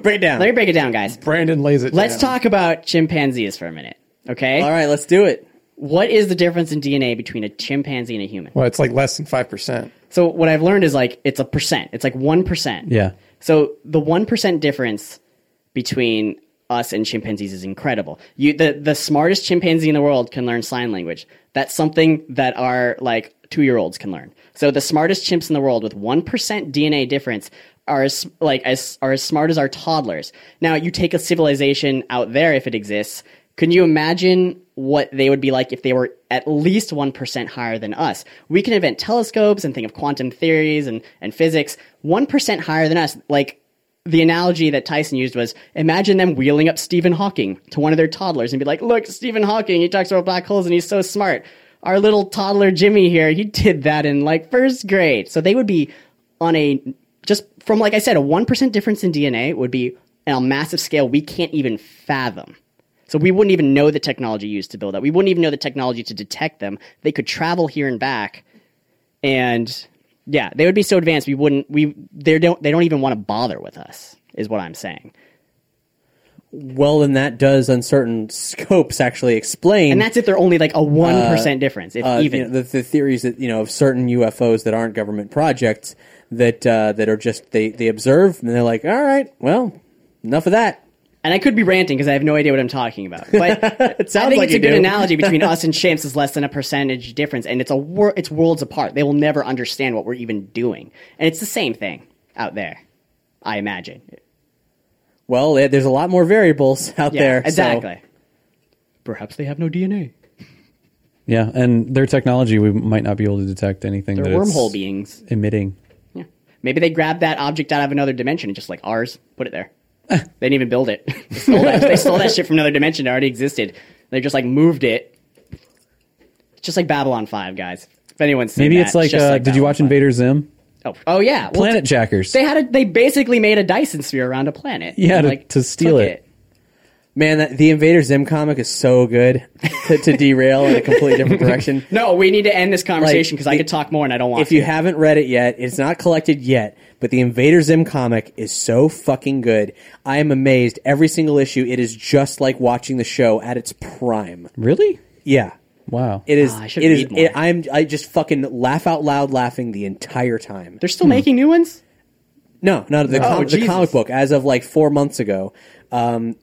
B: Break down.
D: Let me break it down, guys.
E: Brandon lays it
D: Let's
E: down.
D: talk about chimpanzees for a minute. Okay?
B: All right, let's do it.
D: What is the difference in DNA between a chimpanzee and a human?
E: Well, it's like less than 5%.
D: So what I've learned is like it's a percent. It's like 1%.
C: Yeah.
D: So the 1% difference between us and chimpanzees is incredible. You the the smartest chimpanzee in the world can learn sign language. That's something that our like 2-year-olds can learn. So the smartest chimps in the world with 1% DNA difference are as, like as are as smart as our toddlers. Now you take a civilization out there if it exists, can you imagine what they would be like if they were at least 1% higher than us? We can invent telescopes and think of quantum theories and, and physics. 1% higher than us, like the analogy that Tyson used was imagine them wheeling up Stephen Hawking to one of their toddlers and be like, look, Stephen Hawking, he talks about black holes and he's so smart. Our little toddler Jimmy here, he did that in like first grade. So they would be on a just from like I said, a one percent difference in DNA would be and on a massive scale we can't even fathom. So we wouldn't even know the technology used to build that. We wouldn't even know the technology to detect them. They could travel here and back, and yeah, they would be so advanced we wouldn't. We they don't they don't even want to bother with us. Is what I'm saying.
B: Well, then that does uncertain scopes actually explain.
D: And that's if they're only like a one difference, if
B: uh,
D: even.
B: you know, the, the theories that you know of certain UFOs that aren't government projects that uh, that are just they they observe and they're like, all right, well, enough of that.
D: and I could be ranting because I have no idea what I'm talking about. But I
B: sounds
D: think
B: like
D: it's a
B: you
D: good
B: do.
D: analogy between us and chimps is less than a percentage difference, and it's a wor- it's worlds apart. They will never understand what we're even doing, and it's the same thing out there. I imagine.
B: Well, eh, there's a lot more variables out
D: Yeah,
B: there. so-
D: exactly. Perhaps they have no DNA.
C: Yeah, and their technology, we might not be able to detect anything
D: They're
C: that it's
D: wormhole beings.
C: emitting.
D: Yeah. Maybe they grabbed that object out of another dimension and just like ours, put it there. they didn't even build it. They stole that, they stole that shit from another dimension that already existed. They just like moved it. It's just like Babylon Five, guys. If anyone's seen
C: Maybe
D: that,
C: it's like,
D: just
C: uh, did you
D: Babylon
C: watch
D: 5.
C: Invader Zim?
D: Oh, oh yeah, Well,
C: Planet Jackers.
D: They had a, they basically made a Dyson sphere around a planet.
C: Yeah,
D: and,
C: to-
D: like
C: to steal
D: took
C: it.
B: Man, that, the Invader Zim comic is so good to, to derail in a completely different direction.
D: No, we need to end this conversation because I
B: the-
D: could talk more and I don't want
B: If you
D: to.
B: haven't read it yet, it's not collected yet, but the Invader Zim comic is so fucking good. I am amazed every single issue. It is just like watching the show at its prime.
C: really?
B: Yeah.
C: Wow.
B: It is
D: Ah, I
B: it
D: should
B: is
D: read more.
B: it, I'm I just fucking laugh out loud laughing the entire time.
D: They're still
C: Hmm.
D: making new ones.
B: No, no, the, com- the
D: Oh, Jesus.
B: comic book as of like four months ago. Um,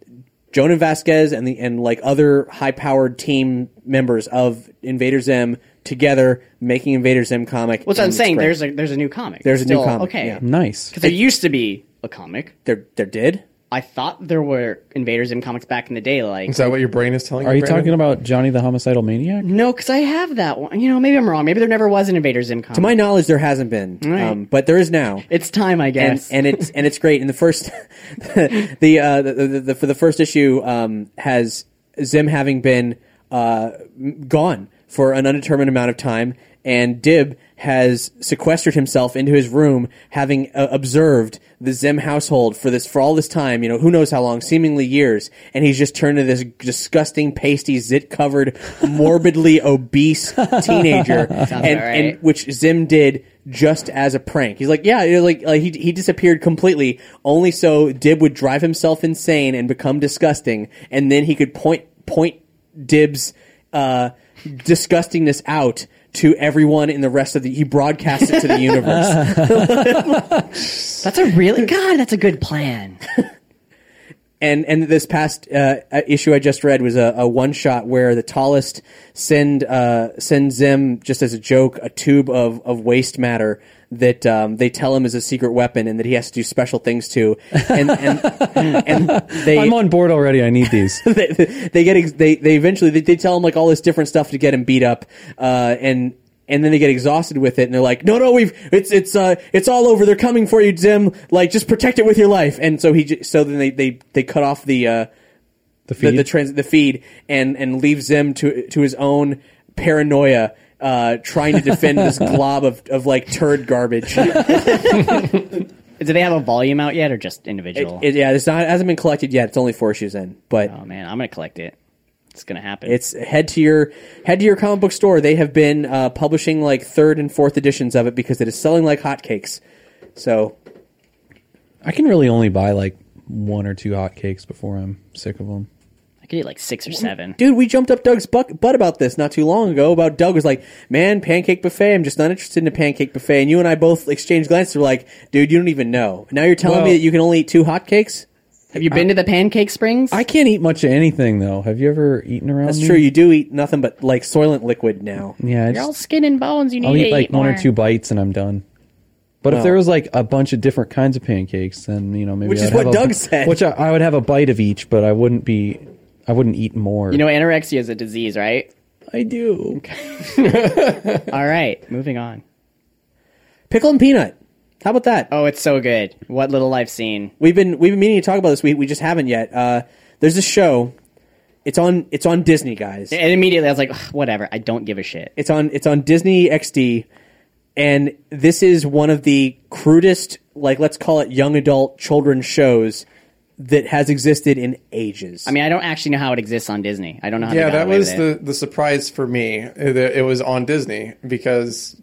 B: Jonan Vasquez and the and like other high powered team members of Invader Zim together making Invader Zim comic.
D: What's I'm
C: Hmm,
B: and it's
D: saying?
B: great.
D: There's a there's a new comic.
B: There's a new
D: Still-
B: comic,
D: Okay,
B: yeah.
C: nice.
D: because there used to be a comic.
B: there there did.
D: I thought there were invaders in comics back in the day. Like
E: Is that what your brain is telling
C: Are you
E: Brandon?
C: talking about Johnny the Homicidal Maniac?
D: no, because I have that one. You know, maybe I'm wrong. Maybe there never was an invaders in comic.
B: To my knowledge, there hasn't been, um, but there is now.
D: it's time, I
B: and,
D: guess.
B: and it's and it's great. And the first, the, uh, the, the, the for the first issue um, has Zim having been uh, m- gone for an undetermined amount of time, and Dib has sequestered himself into his room, having uh, observed the Zim household for this for all this time. You know, who knows how long, seemingly years, and he's just turned into this disgusting, pasty, zit covered, morbidly obese teenager, and,
D: right.
B: and which Zim did just as a prank. He's like, yeah, you know, like, like he, he disappeared completely, only so Dib would drive himself insane and become disgusting, and then he could point point Dib's uh, disgustingness out to everyone in the rest of the. He broadcast it to the universe.
D: that's a really God. That's a good plan.
B: and and this past uh, issue I just read was a, a one shot where the tallest send uh, send Zim just as a joke a tube of, of waste matter that um, they tell him is a secret weapon and that he has to do special things to and and, and they
C: I'm on board already. I need these.
B: they, they get ex- they they eventually they, they tell him like all this different stuff to get him beat up uh, and and then they get exhausted with it and they're like no no we've it's it's uh it's all over they're coming for you Zim like just protect it with your life and so he j- so then they they they cut off the uh
C: The feed.
B: the the, trans- the feed and and leaves Zim to to his own paranoia. Uh, trying to defend this glob of, of like turd garbage. It-
D: Do they have a volume out yet, or just individual?
B: it- yeah, it's not it hasn't been collected yet. It's only four issues in, but
D: oh man, I'm gonna collect it. It's gonna happen.
B: It's head to your head to your comic book store. They have been uh, publishing like third and fourth editions of it because it is selling like hotcakes. So
C: I can really only buy like one or two hotcakes before I'm sick of them.
D: I could eat like six or seven.
B: dude, we jumped up Doug's buck, butt about this not too long ago. About Doug was like, "Man, pancake buffet. I'm just not interested in a pancake buffet." And you and I both exchanged glances. We're like, "Dude, you don't even know." Now you're telling me
E: Well-
B: that you can only eat two hotcakes?
D: Have you been to the Pancake Springs?
C: I can't eat much of anything though. Have you ever eaten around?
B: That's
C: me?
B: true. You do eat nothing but like Soylent liquid now.
C: Yeah, I
D: You're all
C: just,
D: skin and bones. You need
C: I'll
D: to
C: eat like one or
D: more.
C: two bites and I'm done. But if there was like a bunch of different kinds of pancakes, then you know maybe
B: Which
C: I
B: is
C: would
B: what
C: have a-
B: Doug said.
C: Which I, I would have a bite of each, but I wouldn't be. I wouldn't eat more.
D: You know, anorexia is a disease, right?
C: I do.
D: All right, moving on.
B: Pickle and peanut. How about that?
D: Oh, it's so good. What little I've seen.
B: We've been we've been meaning to talk about this. We we just haven't yet. Uh, there's a show. It's on it's on Disney, guys.
D: And immediately I was like, "Ugh, whatever. I don't give a shit.
B: It's on it's on Disney XD, and this is one of the crudest, like let's call it young adult children shows that has existed in ages.
D: I mean, I don't actually know how it exists on Disney. I don't know how.
E: yeah,
D: they got
E: that
D: away
E: was
D: with
E: the, the surprise for me. It, it was on Disney because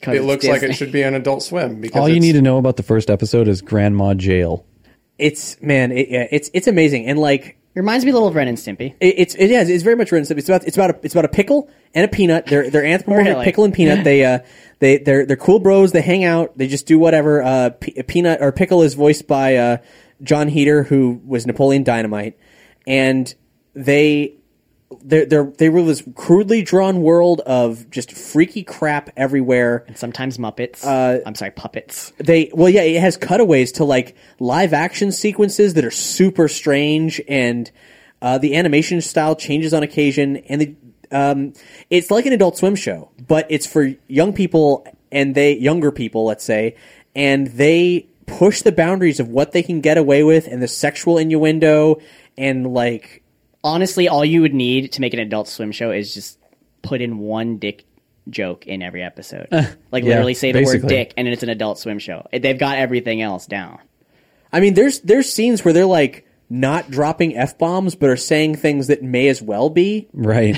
D: 'Cause
E: it
D: it's
E: looks like
D: Disney.
E: it should be on Adult Swim. Because
C: All you
E: it's-
C: need to know about the first episode is Grandma Jail.
B: it's man, it, yeah, it's it's amazing, and like
D: It reminds me a little of Ren and Stimpy.
B: it, it's it is it's very much written. It's about it's about a, it's about a pickle and a peanut. They're they're anthropomorphic
D: Really?
B: pickle and peanut. They uh they they're they're cool bros. They hang out. They just do whatever. Uh, Pe- peanut or pickle is voiced by uh John Heater, who was Napoleon Dynamite, and they. They're, they're, they rule this crudely drawn world of just freaky crap everywhere.
D: Sometimes Muppets. Uh, I'm sorry, puppets.
B: they well yeah it has cutaways to like live action sequences that are super strange and uh, the animation style changes on occasion and the um, it's like an adult swim show but it's for young people and they younger people let's say and they push the boundaries of what they can get away with and the sexual innuendo and like
D: Honestly, all you would need to make an Adult Swim show is just put in one dick joke in every episode.
E: Uh,
D: like literally say the word
C: basically.
D: dick, and it's an Adult Swim show. They've got everything else down.
B: I mean, there's there's scenes where they're like not dropping f bombs, but are saying things that may as well be.
C: Right.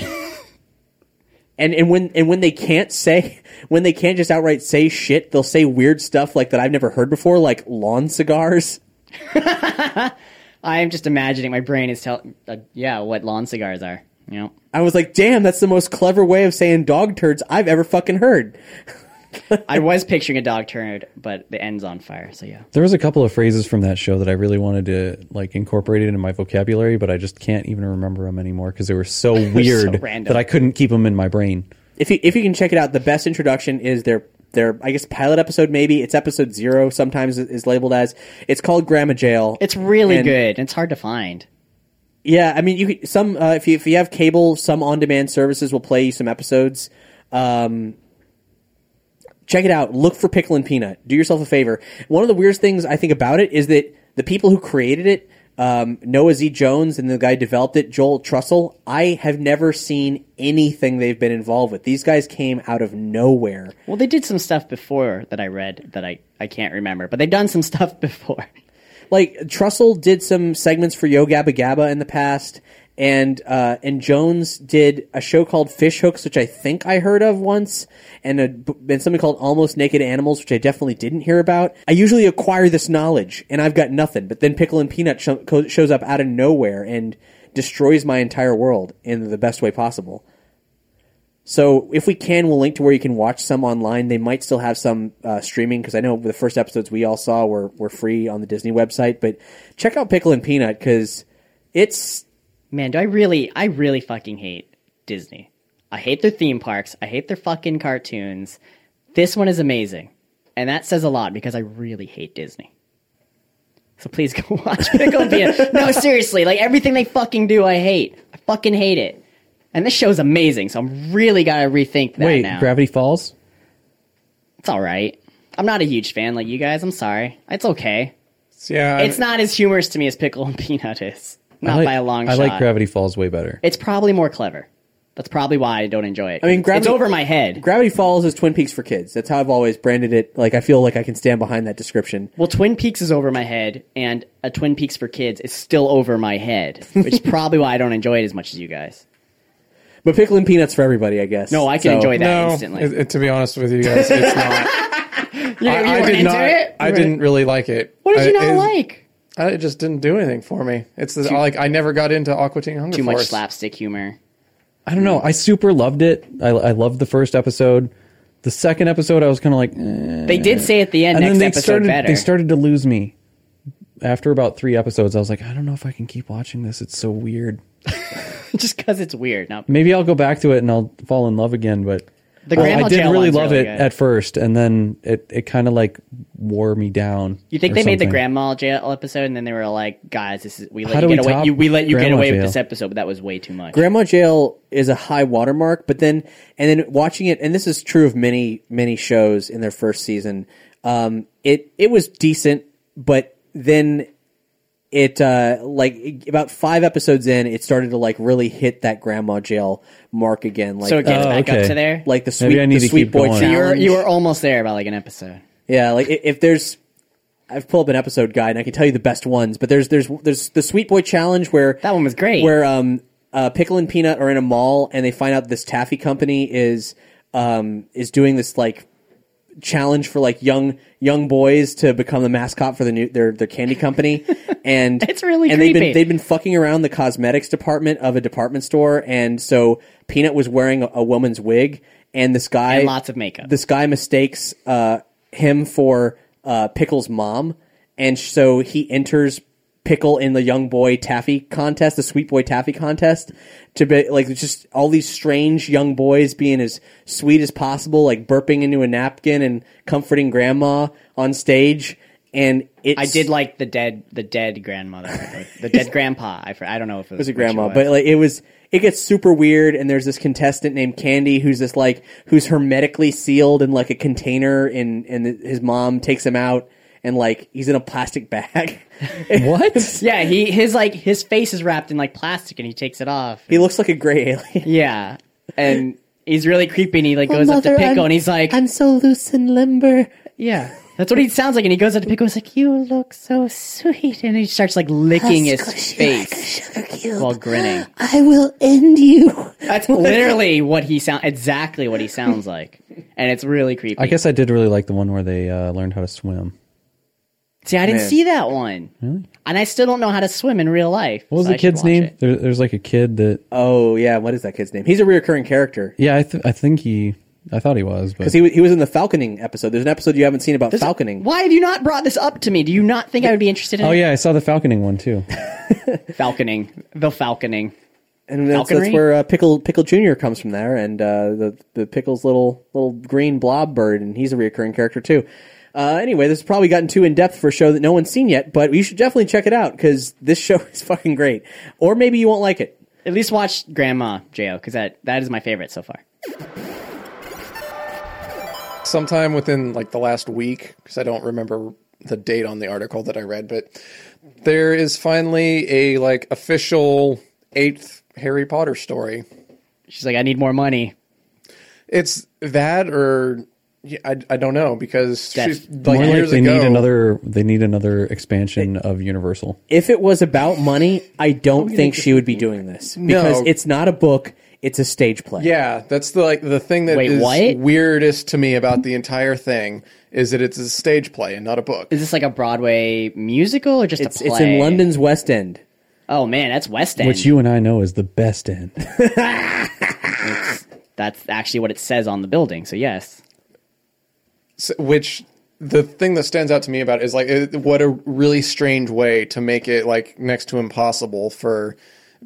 B: and and when and when they can't say when they can't just outright say shit, they'll say weird stuff like that I've never heard before, like lawn cigars.
D: I am just imagining. My brain is telling, uh, yeah, what lawn cigars are. You know,
B: I was like, damn, that's the most clever way of saying dog turds I've ever fucking heard.
D: I was picturing a dog turned, but the end's on fire. So yeah,
C: There was a couple of phrases from that show that I really wanted to like incorporate it into my vocabulary, but I just can't even remember them anymore because they were so weird
D: random.
C: that I couldn't keep them in my brain.
B: If you if you can check it out, the best introduction is their their I guess pilot episode maybe it's episode zero. Sometimes it is labeled as it's called Grandma Jail.
D: it's really
B: And-
D: good. It's hard to find.
B: Yeah, I mean, you could, some uh, if you if you have cable, some on demand services will play you some episodes. Um, check it out. Look for Pickle and Peanut. Do yourself a favor. One of the weirdest things I think about it is that the people who created it, um, Noah Z. Jones and the guy who developed it, Joel Trussell. I have never seen anything they've been involved with. These guys came out of nowhere.
D: Well, they did some stuff before that I read that I, I can't remember, but they've done some stuff before.
B: like Trussell did some segments for Yo Gabba Gabba in the past, and uh, and Jones did a show called Fish Hooks, which I think I heard of once, and a, and something called Almost Naked Animals, which I definitely didn't hear about. I usually acquire this knowledge, and I've got nothing. But then Pickle and Peanut sho- co- shows up out of nowhere and destroys my entire world in the best way possible. So if we can, we'll link to where you can watch some online. They might still have some uh, streaming because I know the first episodes we all saw were were free on the Disney website. But check out Pickle and Peanut because it's
D: Man, do I really, I really fucking hate Disney. I hate their theme parks. I hate their fucking cartoons. This one is amazing. And that says a lot because I really hate Disney. So please go watch Pickle and Peanut. No, seriously, like everything they fucking do, I hate. I fucking hate it. And this show's amazing, so I'm really gotta rethink that
C: Wait,
D: now.
C: Gravity Falls?
D: it's all right. I'm not a huge fan like you guys. I'm sorry. It's okay.
E: Yeah,
D: It's not as humorous to me as Pickle and Peanut is. Not
C: I like-
D: by a long
C: I
D: shot.
C: like Gravity Falls way better.
D: It's probably more clever. That's probably why I don't enjoy it. I
B: mean,
D: it's
B: Gravity-
D: over my head.
B: Gravity Falls is Twin Peaks for kids. That's how I've always branded it. Like I feel like I can stand behind that description.
D: well, Twin Peaks is over my head, and a Twin Peaks for kids is still over my head, which is probably why I don't enjoy it as much as you guys.
B: But Pickle and Peanuts for everybody, I guess.
D: No, I can
B: So-
D: enjoy that
E: no,
D: instantly.
E: it- it- to be honest with you guys, it's not. I, I
D: weren't
E: did
D: into
E: not.
D: it?
E: I didn't really like it.
D: What did you
E: I-
D: not
E: it-
D: like?
E: I, it just didn't do anything for me. It's the, like I never got into Aqua Teen Hunger
D: Too much
E: Force.
D: slapstick humor.
C: I don't know. I super loved it. I, I loved the first episode. The second episode, I was kind of like, eh. and
D: They did say at the end next
C: then they
D: episode
C: started
D: better.
C: they started to lose me. After about three episodes, I was like, I don't know if I can keep watching this. It's so weird.
D: just because it's weird. Now,
C: Maybe I'll go back to it and I'll fall in love again. But
D: The
C: Well,
D: Grandma
C: I did
D: Jail
C: really
D: one's
C: love
D: really
C: it
D: good.
C: at first, and then it, it kind of like wore me down.
D: you think
C: or
D: they made the
C: something.
D: grandma jail episode, and then they were like, "Guys, this is we
C: How
D: let
C: do
D: you
C: we
D: get away.
C: top
D: You, we let you get
C: Grandma
D: away
C: Jail?
D: with this episode, but that was way too much."
B: Grandma Jail is a high watermark, but then and then watching it, and this is true of many many shows in their first season. Um, it it was decent, but then it uh, like about five episodes in, it started to like really hit that Grandma Jail mark again. Like
D: so it gets
C: Oh,
D: back
C: okay.
D: up to there.
B: like the
C: Maybe
B: sweet
C: I need
B: the
C: to
B: sweet
C: keep
B: boy
C: going.
D: you were
B: challenge.
D: you were almost there by like an episode.
B: yeah, like i- if there's I've pulled up an episode guide and I can tell you the best ones, but there's there's there's the Sweet Boy Challenge where
D: That one was great.
B: Where um uh, Pickle and Peanut are in a mall and they find out this taffy company is um is doing this like challenge for like young young boys to become the mascot for the new their their candy company and
D: It's really
B: and they've been
D: creepy.
B: they've been fucking around the cosmetics department of a department store and so peanut was wearing a, a woman's wig and this guy
D: And lots of makeup.
B: this guy mistakes uh, him for uh, pickle's mom and so he enters pickle in the young boy taffy contest the sweet boy taffy contest to be like just all these strange young boys being as sweet as possible like burping into a napkin and comforting grandma on stage and it's,
D: I did like the dead, the dead grandmother, or the dead grandpa. I, fr- I don't know if it was,
B: was a
D: which
B: grandma,
D: was.
B: but like it was it gets super weird and there's this contestant named Candy who's this like who's hermetically sealed in like a container and and his mom takes him out and like he's in a plastic bag. what?
D: yeah, he his like his face is wrapped in like plastic, and he takes it off.
B: He looks like a gray alien.
D: yeah, and he's really creepy. And he like goes up to Pickle, and he's like,
B: I'm so loose and limber.
D: yeah. That's what he sounds like, and he goes up to Pickle. He's like, "You look so sweet," and he starts like licking his face while grinning.
B: I will end you.
D: That's literally what he sound exactly what he sounds like, and it's really creepy.
C: I guess I did really like the one where they uh, learned how to swim.
D: See, I didn't see that one, really? and I still don't know how to swim in real life.
C: What was
D: so I
C: the
D: should
C: kid's
D: watch
C: name?
D: it.
C: There, there's like a kid that.
B: Oh yeah, what is that kid's name? He's a reoccurring character.
C: Yeah, I, th- I think he. I thought he was, but
B: Because he, wa- he was in the Falconing episode. There's an episode you haven't seen about Falconing.
D: Why have you not brought this up to me? Do you not think I would be interested in
C: oh
D: it?
C: yeah, I saw the falconing one too.
D: falconing? The falconing.
B: and that's, that's
D: Falconry?
B: where uh, pickle pickle junior comes from there and uh, the the pickle's little little green blob bird and he's a recurring character too uh, anyway this has probably gotten too in-depth for a show that no one's seen yet but you should definitely check it out because this show is fucking great or maybe you won't like it
D: At least watch Grandma Jo because that that is my favorite so far.
E: sometime within like the last week because I don't remember the date on the article that I read, but there is finally a like official eighth Harry Potter story.
D: She's like, I need more money.
E: It's that or yeah, I, I don't know because
D: That's
E: she's, like
C: More like
E: years
C: they
E: ago,
C: need another. They need another expansion of Universal.
B: if it was about money i don't think she would be doing this because it's not a book it's a stage play
E: Yeah, that's the like the thing that is
D: Wait, what?
E: weirdest to me about the entire thing is that it's a stage play and not a book.
D: Is this like a Broadway musical or just
B: it's,
D: a play?
B: it's in london's west end
D: Oh man, that's West End.
C: Which you and I know is the best end.
D: that's actually what it says on the building. So yes,
E: S- which the thing that stands out to me about it is like it, what a really strange way to make it like next to impossible for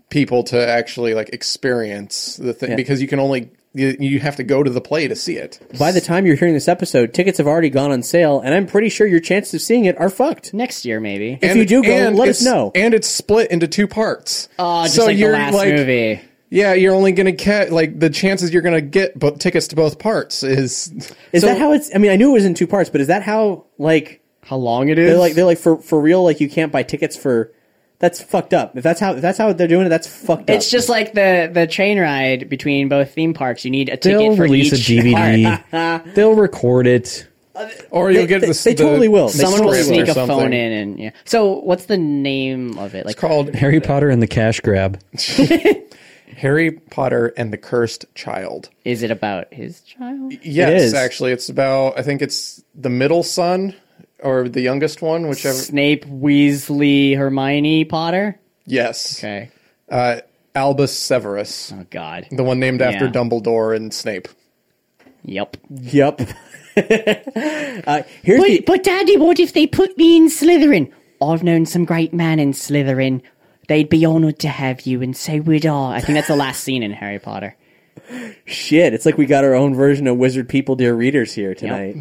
E: people to actually like experience the thing because you can only you, you have to go to the play to see it.
B: by the time you're hearing this episode tickets have already gone on sale and i'm pretty sure your chances of seeing it are fucked
D: next year maybe.
B: if you do go
E: and
B: let us
E: it's-
B: know
E: And it's split into two parts.
D: Oh, just like the last movie.
E: Yeah, you're only gonna get like the chances you're gonna get bo- tickets to both parts is
B: Is that how it's? I mean, I knew it was in two parts, but is that how like
D: How long it is?
B: they're like they're like for for real? Like you can't buy tickets for that's fucked up. If that's how if that's how they're doing it, that's fucked up.
D: It's just like the the train ride between both theme parks. You need a ticket
C: They'll
D: for
C: release a
D: each part.
C: DVD. They'll record it.
E: or you'll get
B: they-
E: the,
B: they
E: the
B: totally will. They
D: Someone will
E: script or
D: sneak a
E: something.
D: phone in and yeah. So what's the name of it? Like
E: It's called
C: Harry Potter and the Cash Grab.
E: Harry Potter and the Cursed Child.
D: is it about his child?
E: Yes,
B: It is.
E: actually, it's about I think it's the middle son or the youngest one, whichever.
D: Snape, Weasley, Hermione, Potter.
E: Yes,
D: Okay.
E: uh, Albus Severus,
D: Oh God.
E: the one named after
D: Yeah.
E: Dumbledore and Snape.
D: Yep.
B: yep. uh, here's the,
D: But, but Daddy, what if they put me in Slytherin? I've known some great men in Slytherin. They'd be honoured to have you, and so would I. I think that's the last scene in Harry Potter.
B: shit. It's like we got our own version of Wizard People, Dear Readers here tonight.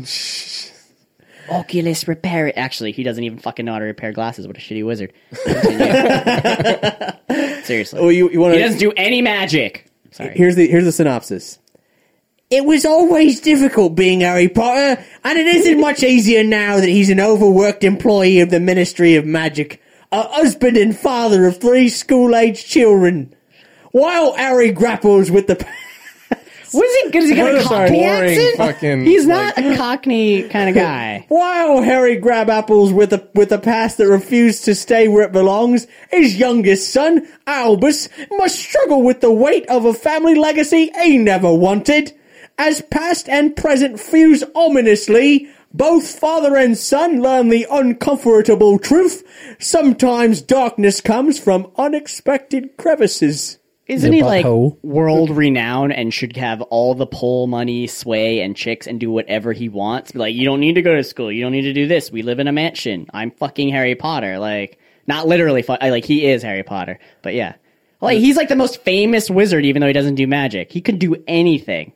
D: Oculus repair it. Actually, he doesn't even fucking know how to repair glasses. What a shitty wizard. Seriously.
B: Oh, you you want
D: he doesn't
B: to?
D: do any magic. Sorry.
B: Here's the here's the synopsis. It was always difficult being Harry Potter, and it isn't much easier now that he's an overworked employee of the Ministry of Magic, a husband and father of three school aged children. While Harry grapples with the
D: What is he? Is he got
B: What
D: a
B: a
D: cockney
E: boring
D: accent?
E: fucking,
D: He's not a cockney kind of guy.
B: While Harry grab apples with a with a past that refused to stay where it belongs, his youngest son, Albus, must struggle with the weight of a family legacy he never wanted. As past and present fuse ominously, both father and son learn the uncomfortable truth. Sometimes darkness comes from unexpected crevices.
D: Isn't he
C: Yeah,
D: like
C: butthole.
D: world renowned and should have all the poll money, sway, and chicks and do whatever he wants? Be Like, you don't need to go to school. You don't need to do this. We live in a mansion. I'm fucking Harry Potter. Like, not literally, fu- I- like, he is Harry Potter. But yeah. Like, he's like the most famous wizard, even though he doesn't do magic. He could do anything.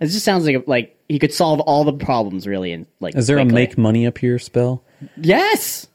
D: It just sounds like, like, he could solve all the problems, really. And like,
C: Is there a
D: quickly.
C: make money up here spell?
D: Yes!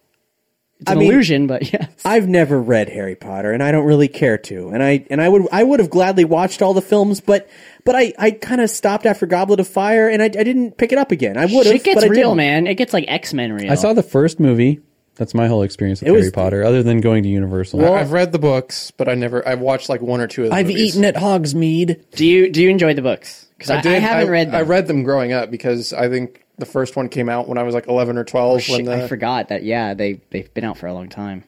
D: It's
B: I
D: an
B: mean-
D: illusion, but yes.
B: I've never read Harry Potter, and I don't really care to. And I and I would I would have gladly watched all the films, but but I, I kind of stopped after Goblet of Fire, and I, I didn't pick it up again. I would have.
D: Shit gets
B: but I
D: real,
B: didn't.
D: man. It gets like X Men real.
C: I saw the first movie. That's my whole experience with
B: It
C: Harry
B: was-
C: Potter, other than going to Universal.
E: I- I've read the books, but I never. I've watched like one or two of the movies.
C: at Hogsmeade.
D: Do you do you enjoy the books? Because I, I, haven't read them.
E: I read them growing up because I think the first one came out when I was like eleven or twelve. when
D: Oh, Shit,
E: the,
D: I forgot that. Yeah, they they've been out for a long time.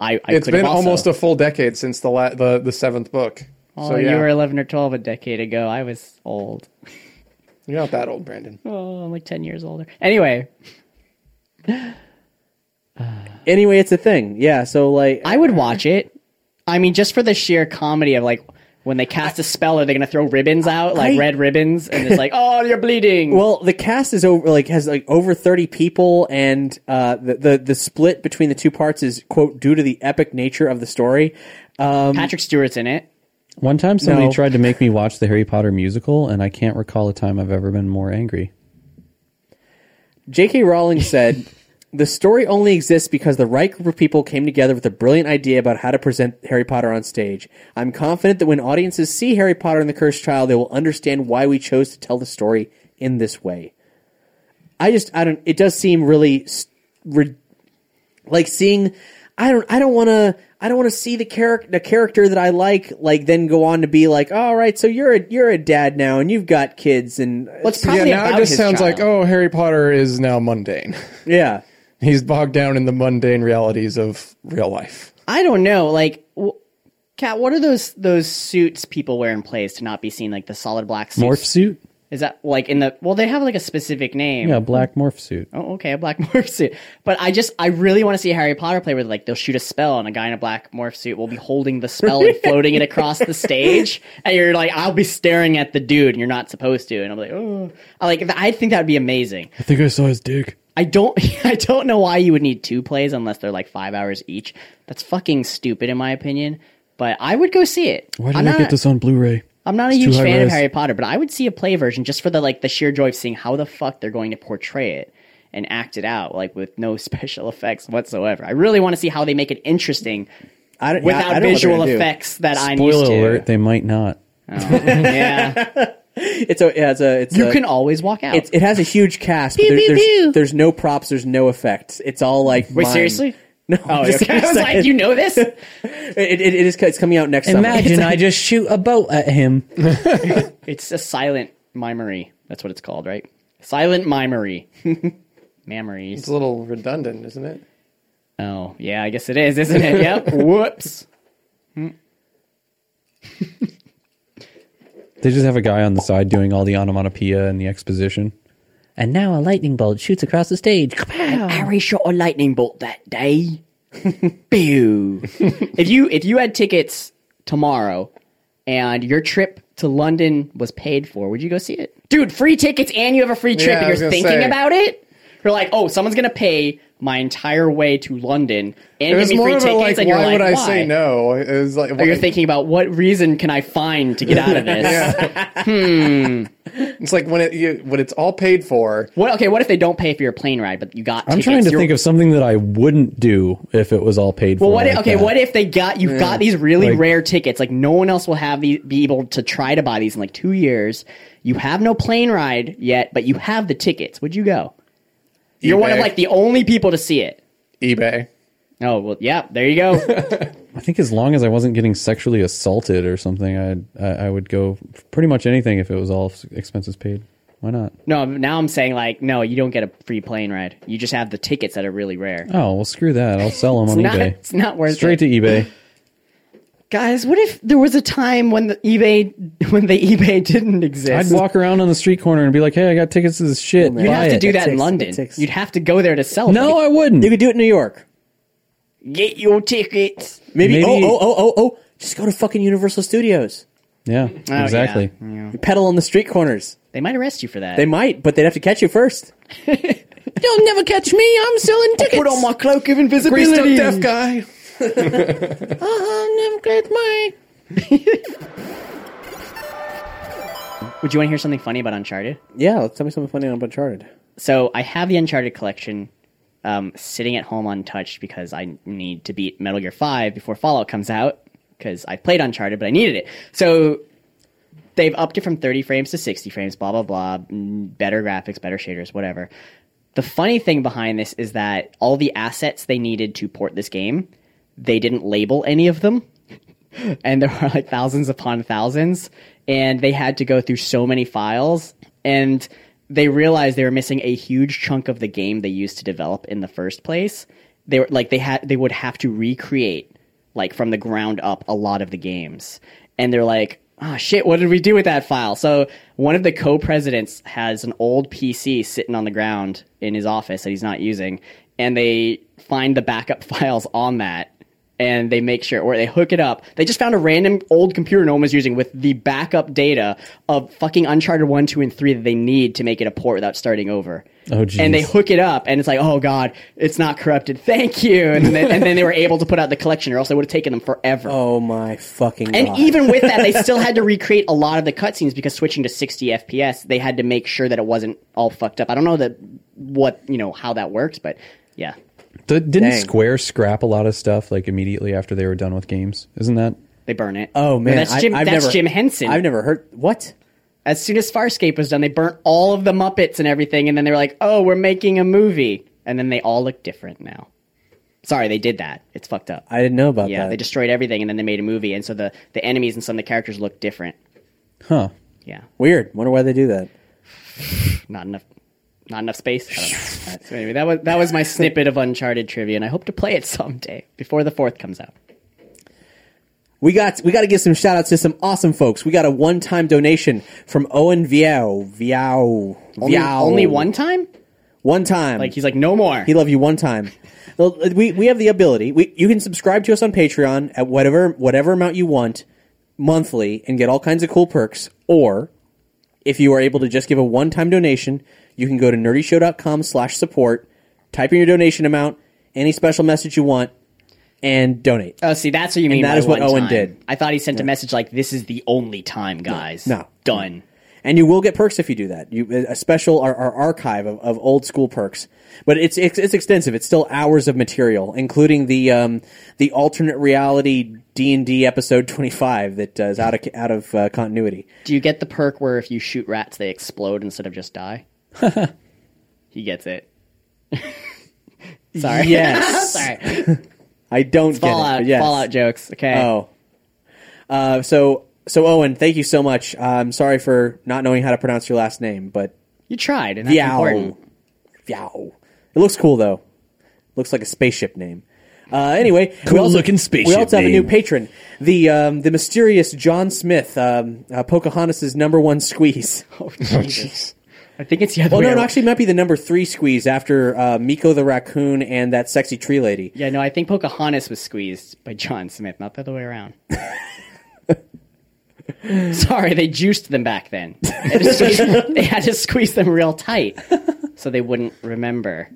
D: I, I
E: it's
D: could have
E: been
D: also-
E: almost a full decade since the la- the the seventh book.
D: Well,
E: so yeah,
D: Oh, you
E: you
D: were eleven or twelve a decade ago. I was old.
E: are not that old, Brandon.
D: Oh, I'm like ten years older. Anyway,
B: Anyway, it's a thing. Yeah. So like,
D: I would watch it. I mean, just for the sheer comedy of like when they cast a spell, are they going to throw ribbons out like
B: I-
D: red ribbons? And it's like, oh, you're bleeding.
B: well, the cast is over like has like over thirty people, and uh, the, the the split between the two parts is quote due to the epic nature of the story. Um,
D: Patrick Stewart's in it.
C: One time, somebody
B: No.
C: tried to make me watch the Harry Potter musical, and I can't recall a time I've ever been more angry.
B: J.K. Rowling said, "The story only exists because the right group of people came together with a brilliant idea about how to present Harry Potter on stage. I'm confident that when audiences see Harry Potter and the Cursed Child, they will understand why we chose to tell the story in this way." I just, I don't. It does seem really, s- re- like seeing. I don't. I don't want to. I don't want to see the character, the character that I like, like then go on to be like, all right, so you're a you're a dad now, and you've got kids, and
D: What's
E: Yeah,
D: probably
E: now
D: about
E: it just
D: his
E: sounds
D: child.
E: like oh, Harry Potter is now mundane.
B: oh, yeah.
E: He's bogged down in the mundane realities of real life.
D: I don't know. Like, w- Kat, what are those those suits people wear in plays to not be seen? Like the solid black suits.
C: Morph suit?
D: Is that like in the? Well, they have like a specific name.
C: Yeah, black morph suit.
D: Oh, okay, a black morph suit. But I just, I really want to see a Harry Potter play where like they'll shoot a spell and a guy in a black morph suit will be holding the spell and floating it across the stage, and you're like, I'll be staring at the dude, and you're not supposed to, and I'm like, oh, I like, I think that would be amazing.
C: I think I saw his dick.
D: I don't I don't know why you would need two plays unless they're like five hours each. That's fucking stupid in my opinion. But I would go see it.
C: Why did
D: I'm
C: I
D: not,
C: get this on Blu-ray?
D: I'm not a
C: It's too
D: huge
C: high
D: fan of
C: res.
D: Harry Potter, but I would see a play version just for the like the sheer joy of seeing how the fuck they're going to portray it and act it out, like with no special effects whatsoever. I really want to see how they make it interesting
B: I don't, yeah, I
D: without
B: don't know what they're
D: visual
B: gonna do.
D: effects that I'm used
C: Spoiler
D: to.
C: alert: They might not.
D: Yeah.
B: It's a yeah, it's a it's
D: you
B: a,
D: can always walk out.
B: it's, it has a huge cast. But
D: Pew,
B: there-
D: pew,
B: there's,
D: pew.
B: there's no props. There's no effects. It's all like
D: Wait,
B: mime.
D: seriously?
B: No,
D: Oh,
B: just
D: okay. I was like,
B: saying.
D: you know this?
B: it, it, it is it's coming out next summer.
C: I just shoot a boat at him.
D: It's a silent mimery. That's what it's called, right? Silent mimery.
E: It's
D: Memories.
E: a little redundant, isn't it?
D: Oh, yeah, I guess it is, isn't it? Yep. Whoops.
C: They just have a guy on the side doing all the onomatopoeia and the exposition. And now a lightning bolt shoots across the stage.
D: Harry shot a lightning bolt that day. Pew. if you if you had tickets tomorrow and your trip to London was paid for, would you go see it? Dude, free tickets and you have a free trip
E: Yeah, I
D: and
E: was
D: you're
E: gonna
D: thinking
E: say.
D: about it? You're like, oh, someone's gonna pay my entire way to London and
E: It
D: give
E: was
D: me
E: more
D: free
E: of
D: tickets.
E: a like,
D: and you're
E: why
D: like,
E: would I
D: why?
E: say no? It was like,
D: Or
E: why-
D: you're thinking about what reason can I find to get out of this?
E: it's like when it you, when it's all paid for.
D: What? Okay, what if they don't pay for your plane ride, but you got?
C: I'm
D: tickets?
C: trying to
D: You're-
C: think of something that I wouldn't do if it was all paid for.
D: Well, what?
C: like
D: If, okay,
C: that.
D: what if they got you got these really
C: Like-
D: rare tickets? Like no one else will have these, be able to try to buy these in like two years. You have no plane ride yet, but you have the tickets. Would you go? You're one of
E: eBay.
D: like the only people to see it.
E: eBay.
D: Oh well, yeah. There you go.
C: I think as long as I wasn't getting sexually assaulted or something, I'd, I I would go f- pretty much anything if it was all s- expenses paid. Why not?
D: No, now I'm saying like, no, you don't get a free plane ride. You just have the tickets that are really rare.
C: Oh well, screw that. I'll sell them
D: It's
C: on
D: not,
C: eBay.
D: it's not worth
C: Straight
D: it.
C: to eBay.
D: Guys, what if there was a time when the eBay when the eBay didn't
C: I'd
D: exist?
C: walk around on the street corner and be like, "Hey, I got tickets to this shit.
D: You'd
C: Buy
D: have to
C: it."
D: do that in
B: Ticks,
D: London.
B: ticks.
D: You'd have to go there to sell.
C: No,
D: them.
C: I wouldn't.
B: You could do it in New York.
D: get your tickets.
B: Maybe,
C: Maybe-
B: oh oh oh oh oh just go to fucking Universal Studios.
C: yeah,
D: Oh,
C: exactly.
D: yeah.
B: You pedal on the street corners.
D: They might arrest you for that.
B: They might, but they'd have to catch you first. You'll never catch me. I'm selling tickets.
D: put on my cloak of invisibility.
E: Greased up deaf guy.
B: I'll never catch my.
D: Would you want to hear something funny about Uncharted?
B: Yeah, let's tell me something funny on Uncharted.
D: So I have the Uncharted collection um, sitting at home untouched because I need to beat Metal Gear Five before Fallout comes out because I played Uncharted but I needed it. So they've upped it from 30 frames to 60 frames, blah, blah, blah, mm, better graphics, better shaders, whatever. The funny thing behind this is that all the assets they needed to port this game, they didn't label any of them. and there are like thousands upon thousands. And they had to go through so many files. And they realized they were missing a huge chunk of the game they used to develop in the first place. They were like, they had, they would have to recreate like from the ground up a lot of the games. And they're like, oh shit, what did we do with that file? So one of the co presidents has an old PC sitting on the ground in his office that he's not using, and they find the backup files on that. And they make sure, or they hook it up. They just found a random old computer no one was using with the backup data of fucking Uncharted 1, 2, and 3 that they need to make it a port without starting over.
C: Oh, geez.
D: And they hook it up, and it's like, oh god, it's not corrupted. Thank you. And then, and then they were able to put out the collection, or else they would have taken them forever.
B: Oh my fucking
D: and
B: god!
D: even with that, they still had to recreate a lot of the cutscenes because switching to 60 FPS, they had to make sure that it wasn't all fucked up. I don't know that what you know how that works, but yeah,
C: D- didn't
B: Dang.
C: Square scrap a lot of stuff like immediately after they were done with games? Isn't that?
D: they burn it.
B: oh
D: No,
B: man,
D: that's Jim.
B: I, have
D: that's
B: never,
D: Jim Henson.
B: I've never heard what.
D: as soon as Farscape was done, they burnt all of the Muppets and everything, and then they were like, "Oh, we're making a movie," and then they all look different now. Sorry, they did that. It's fucked up.
B: I didn't know about
D: yeah,
B: that.
D: they destroyed everything, and then they made a movie, and so the the enemies and some of the characters look different.
C: Huh.
D: Yeah,
B: Weird. Wonder why they do that.
D: not enough, not enough space. I don't know. That's- anyway, that was that was my snippet of Uncharted trivia, and I hope to play it someday before the fourth comes out.
B: We got we got to give some shout outs to some awesome folks. We got a one time donation from Owen Viao Viao
D: Only,
B: Viao.
D: only one time.
B: One time.
D: Like he's like, no more.
B: He loved you one time. Well, we we have the ability. We you can subscribe to us on Patreon at whatever whatever amount you want monthly and get all kinds of cool perks. Or if you are able to just give a one time donation, you can go to nerdyshow.com slash support, type in your donation amount, any special message you want, and donate.
D: Oh, see, that's what you mean.
B: that
D: by
B: is what
D: one
B: Owen
D: time.
B: did.
D: I thought he sent a message like, "This is the only time, guys."
B: no.
D: done.
B: and you will get perks if you do that. You a special our, our archive of, of old school perks, but it's, it's it's extensive. It's still hours of material, including the um, the alternate reality D and D episode twenty five that uh, is out of out of uh, continuity.
D: Do you get the perk where if you shoot rats, they explode instead of just die? he gets it. Sorry.
B: Yes.
D: Sorry.
B: I don't get it.
D: Fallout.
B: but yes.
D: Fallout jokes. Okay.
B: Oh, uh, so so Owen, thank you so much. I'm sorry for not knowing how to pronounce your last name, but
D: You tried, and that's
B: Yow.
D: important.
B: Yow. It looks cool though. Looks like a spaceship name. Uh, anyway, cool
C: looking spaceship
B: We also have a new
C: name.
B: patron, the um, the mysterious John Smith, um, uh, Pocahontas' number one squeeze.
D: I think it's the other
B: Well,
D: way.
B: Oh, no, no,
D: around.
B: actually, it might be the number three squeeze after uh, Miko the raccoon and that sexy tree lady.
D: Yeah, no, I think Pocahontas was squeezed by John Smith, not the other way around. Sorry, they juiced them back then. They had, to squeeze, they had to squeeze them real tight so they wouldn't remember.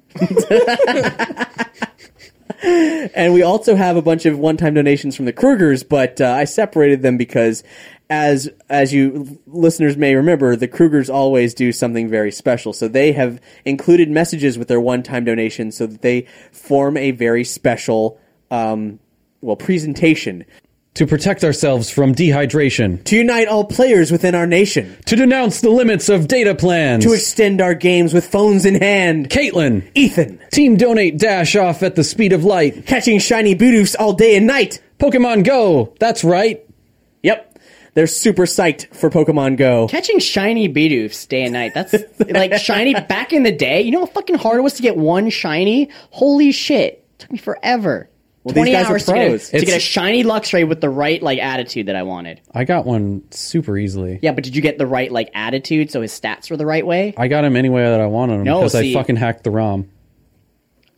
B: And we also have a bunch of one-time donations from the Krugers, but uh, I separated them because, as as you listeners may remember, the Krugers always do something very special. So they have included messages with their one-time donations, so that they form a very special, um, well, presentation
C: To protect ourselves from dehydration,
B: to unite all players within our nation,
C: to denounce the limits of data plans,
B: to extend our games with phones in hand.
C: Caitlin,
B: Ethan
C: team donate dash off at the speed of light.
B: catching shiny boodoofs all day and night.
C: Pokemon Go. That's right.
B: Yep. They're super psyched for Pokemon Go.
D: Catching shiny Bidoofs day and night. That's like shiny back in the day. You know how fucking hard it was to get one shiny? Holy shit. took me forever.
B: these
D: 20
B: guys are
D: hours to get, a,
B: pros.
D: to get a
C: It's-
D: shiny Luxray with the right like attitude that I wanted.
C: I got one super easily.
D: Yeah, but did you get the right like attitude so his stats were the right way?
C: I got him any way that I wanted him
D: No,
C: because
D: see-
C: I fucking hacked the ROM.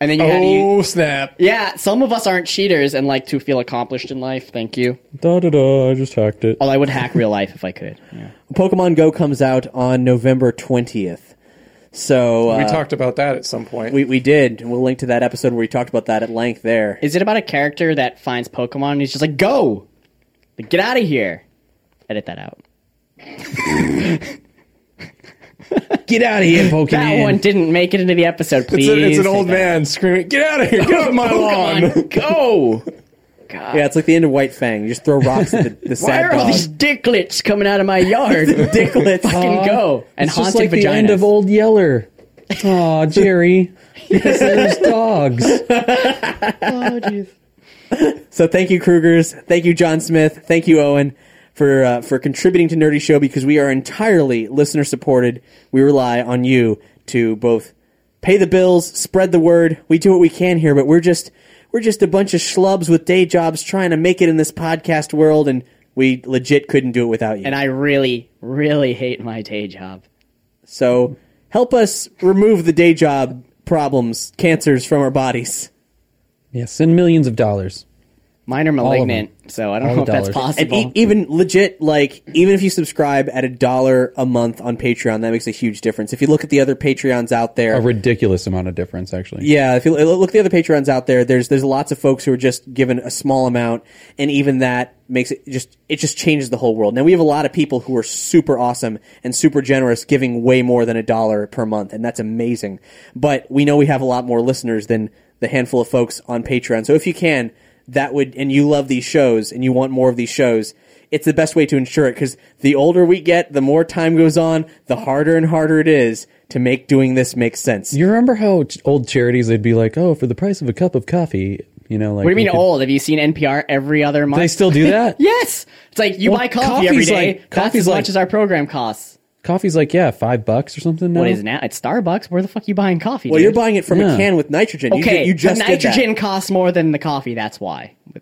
D: And then you had to use,
E: Oh snap!
D: Yeah, some of us aren't cheaters and like to feel accomplished in life. Thank you.
C: Da da da. I just hacked it.
D: Well, I would hack real life if I could. Yeah.
B: Pokemon Go comes out on November 20th. So uh,
E: we talked about that at some point.
B: we, we did. We'll link to that episode where we talked about that at length there.
D: Is it about a character that finds Pokemon and he's just like, go! Like, get out of here! Edit that out.
B: Get out of here, Pokemon.
D: That one didn't make it into the episode,
E: it's,
D: please.
E: a, it's an
D: Take
E: old
D: that.
E: man screaming, "Get out of here! Get off
D: Oh,
E: my lawn!"
D: Pokemon, go!
E: Ah.
B: Yeah, it's like the end of White Fang. You just throw rocks at the, the
D: Why
B: sad
D: are all
B: dog.
D: these dicklets coming out of my yard? dicklets, fucking go! And
C: it's
D: haunted
C: just like
D: vaginas.
C: the end of Old Yeller. Aw, Jerry. Because there's dogs.
B: So thank you, Krugers. Thank you, John Smith. Thank you, Owen, for uh, for contributing to Nerdy Show because we are entirely listener supported. We rely on you to both pay the bills, spread the word. We do what we can here, but we're just we're just a bunch of schlubs with day jobs trying to make it in this podcast world, and we legit couldn't do it without you.
D: And I really, really hate my day job.
B: so help us remove the day job problems, cancers from our bodies.
C: Yeah, send millions of dollars.
D: Mine are
C: of them.
D: malignant, so I don't
C: All
D: know if
C: the
D: that's
C: dollars.
D: possible.
B: And e- even legit, like even if you subscribe at a dollar a month on Patreon, that makes a huge difference. If you look at the other Patreons out there,
C: A ridiculous amount of difference, actually.
B: yeah, if you look at the other Patreons out there, there's there's lots of folks who are just given a small amount, and even that makes it just it just changes the whole world. Now we have a lot of people who are super awesome and super generous, giving way more than a dollar per month, and that's amazing. But we know we have a lot more listeners than the handful of folks on Patreon. So if you can, that would and you love these shows and you want more of these shows. It's the best way to ensure it because the older we get, the more time goes on, the harder and harder it is to make doing this make sense.
C: You remember how ch- old charities they'd be like, "Oh, for the price of a cup of coffee," you know,
D: What
C: like
D: do you mean
C: we could-
D: old? Have you seen NPR every other month?
C: They still do that.
D: Yes, it's like you
C: Well,
D: buy coffee every
C: coffee's
D: day.
C: like-
D: That's
C: coffee's
D: as
C: like-
D: much as our program costs.
C: Coffee's like, yeah, five bucks or something. Now.
D: What is it now? It's Starbucks. Where the fuck are you buying coffee?
B: Well,
D: dude?
B: you're buying it from a
C: Yeah.
B: can with nitrogen. You
D: Okay,
B: ju- you, just
D: the
B: did that.
D: nitrogen costs more than the coffee. That's why, But-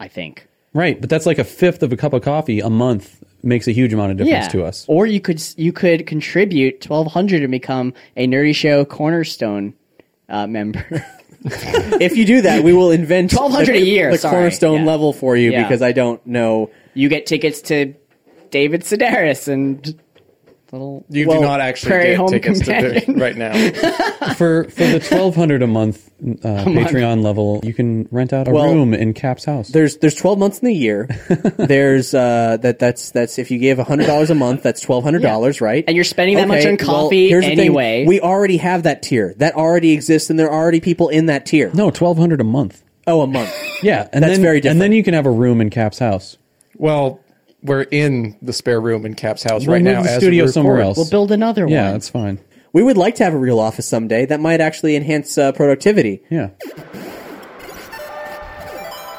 D: I think.
C: Right, but that's like a fifth of a cup of coffee a month makes a huge amount of difference
D: Yeah.
C: to us.
D: Or you could s- you could contribute twelve hundred and become a Nerdy Show Cornerstone uh, member.
B: If you do that, we will invent
D: 1200 a
B: the-
D: year,
B: the
D: sorry.
B: cornerstone
D: Yeah.
B: level for you
D: Yeah.
B: because I don't know.
D: you get tickets to David Sedaris and little.
E: You
D: well,
E: do not actually
D: Prairie
E: get
D: Home
E: tickets to
D: Companion.
E: do right now.
C: For for the twelve hundred a month uh, Patreon level, you can rent out a
B: Well,
C: room in Cap's house.
B: There's there's 12 months in the year. there's uh, that that's that's if you give $100 a month, that's $1200, right?
D: And you're spending that much on
B: well,
D: coffee
B: here's the thing.
D: anyway.
B: We already have that tier. That already exists and there are already people in that tier.
C: no, twelve hundred a month.
B: Oh, a month.
C: Yeah, and
B: That's
C: then,
B: very
C: And then
B: different.
C: you can have a room in Cap's house.
E: Well, we're in the spare room in Cap's house
C: We'll
E: right
C: move
E: now.
C: the
E: as
C: studio
E: we
C: somewhere
E: record.
C: else.
D: We'll build another
C: yeah,
D: one.
C: that's fine.
B: we would like to have a real office someday. That might actually enhance uh, productivity.
C: Yeah,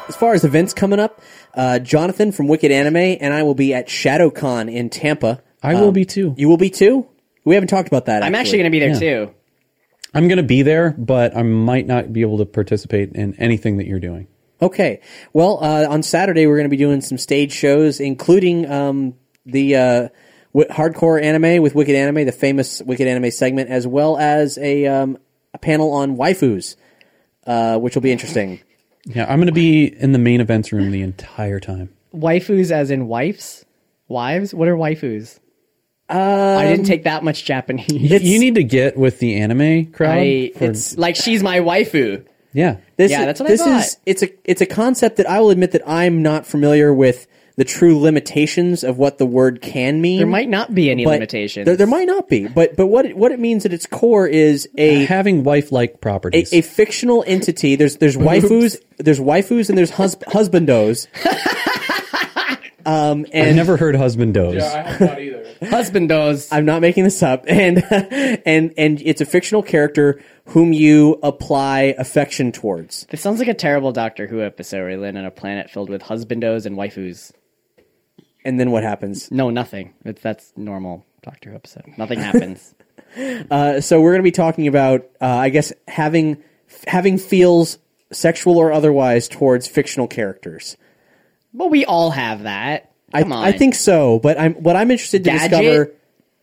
B: As far as events coming up, uh, Jonathan from Wicked Anime and I will be at ShadowCon in Tampa. Um,
C: I
D: Um,
C: will be too.
B: You will be too. We haven't talked about that.
D: I'm actually going to be there too.
C: I'm gonna be there, but I might not be able to participate in anything that you're doing.
B: Okay. Well, uh, on Saturday we're going to be doing some stage shows, including um, the uh, w- hardcore anime with Wicked Anime, the famous Wicked Anime segment, as well as a, um, a panel on waifus, uh, which will be interesting.
C: Yeah, I'm gonna be in the main events room the entire time.
D: Waifus, as in wives, wives. What are waifus? I didn't take that much Japanese.
C: You- you need to get with the anime crowd.
D: I,
C: for-
D: it's like she's my waifu.
C: yeah.
B: This,
D: Yeah, that's what I
B: this
D: thought.
B: Is, it's a it's a concept that I will admit that I'm not familiar with the true limitations of what the word can mean.
D: There might not be any
B: but
D: limitations.
B: There, there might not be, but but what it, what it means at its core is a
C: having wife-like
B: a,
C: properties.
B: a fictional entity. There's there's waifus, there's waifus, and there's hus- husbandos.
C: I've never heard husbandos.
E: I have not either.
D: Husbandos.
B: I'm not making this up, and and and it's a fictional character whom you apply affection towards.
D: This sounds like a terrible Doctor Who episode where we land on a planet filled with husbandos and waifus.
B: And then what happens?
D: No, nothing. It's, that's normal Doctor Who episode. Nothing happens.
B: So we're going to be talking about, uh, I guess, having having feels, sexual or otherwise, towards fictional characters.
D: but we all have that. Come
B: I,
D: on.
B: I think so, but I'm what I'm interested to
D: Gadget?
B: discover.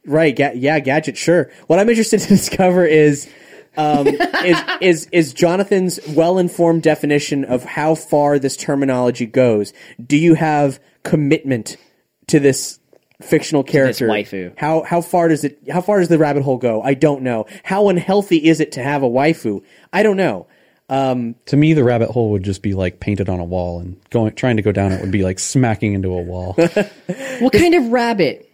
B: Right? Ga- yeah, gadget. Sure. What I'm interested to discover is um, is is is Jonathan's well informed definition of how far this terminology goes. Do you have commitment to this? fictional character
D: waifu.
B: how how far does it how far does the rabbit hole go i don't know how unhealthy is it to have a waifu i don't know
C: To me, the rabbit hole would just be like painted on a wall, and going trying to go down it would be like smacking into a wall.
D: What kind of rabbit?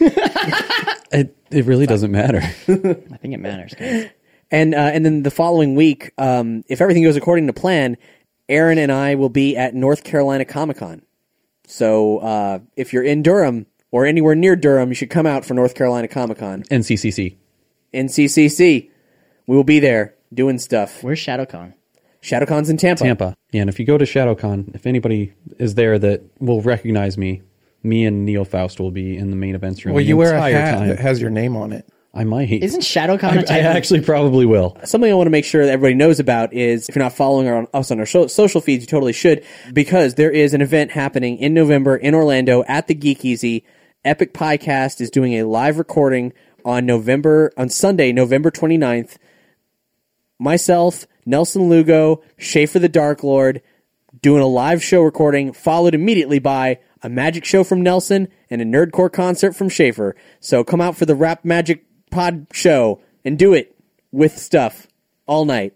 C: It it really doesn't matter.
D: I think it matters. guys.
B: And uh, and then the following week, um, if everything goes according to plan, Aaron and I will be at North Carolina Comic Con. So uh, if you're in Durham or anywhere near Durham, you should come out for North Carolina Comic Con.
C: NCCC.
B: NCCC, we will be there doing stuff.
D: Where's ShadowCon?
B: ShadowCon's in Tampa.
C: Tampa. Yeah, and if you go to ShadowCon, if anybody is there that will recognize me, me and Neil Faust will be in the main events room.
E: Well,
C: the
E: you wear a
C: entire
E: hat
C: time.
E: that has your name on it.
C: I might.
D: Isn't ShadowCon a
C: I, I
D: type of-
C: actually probably will.
B: Something I want to make sure that everybody knows about is if you're not following our, us on our so- social feeds, you totally should because there is an event happening in November in Orlando at the Geek Easy. Epic Podcast is doing a live recording on November on Sunday, November 29th. Myself, Nelson Lugo, Schaefer the Dark Lord doing a live show recording followed immediately by a magic show from Nelson and a nerdcore concert from Schaefer. So come out for the Rap Magic Pod show and do it with stuff all night.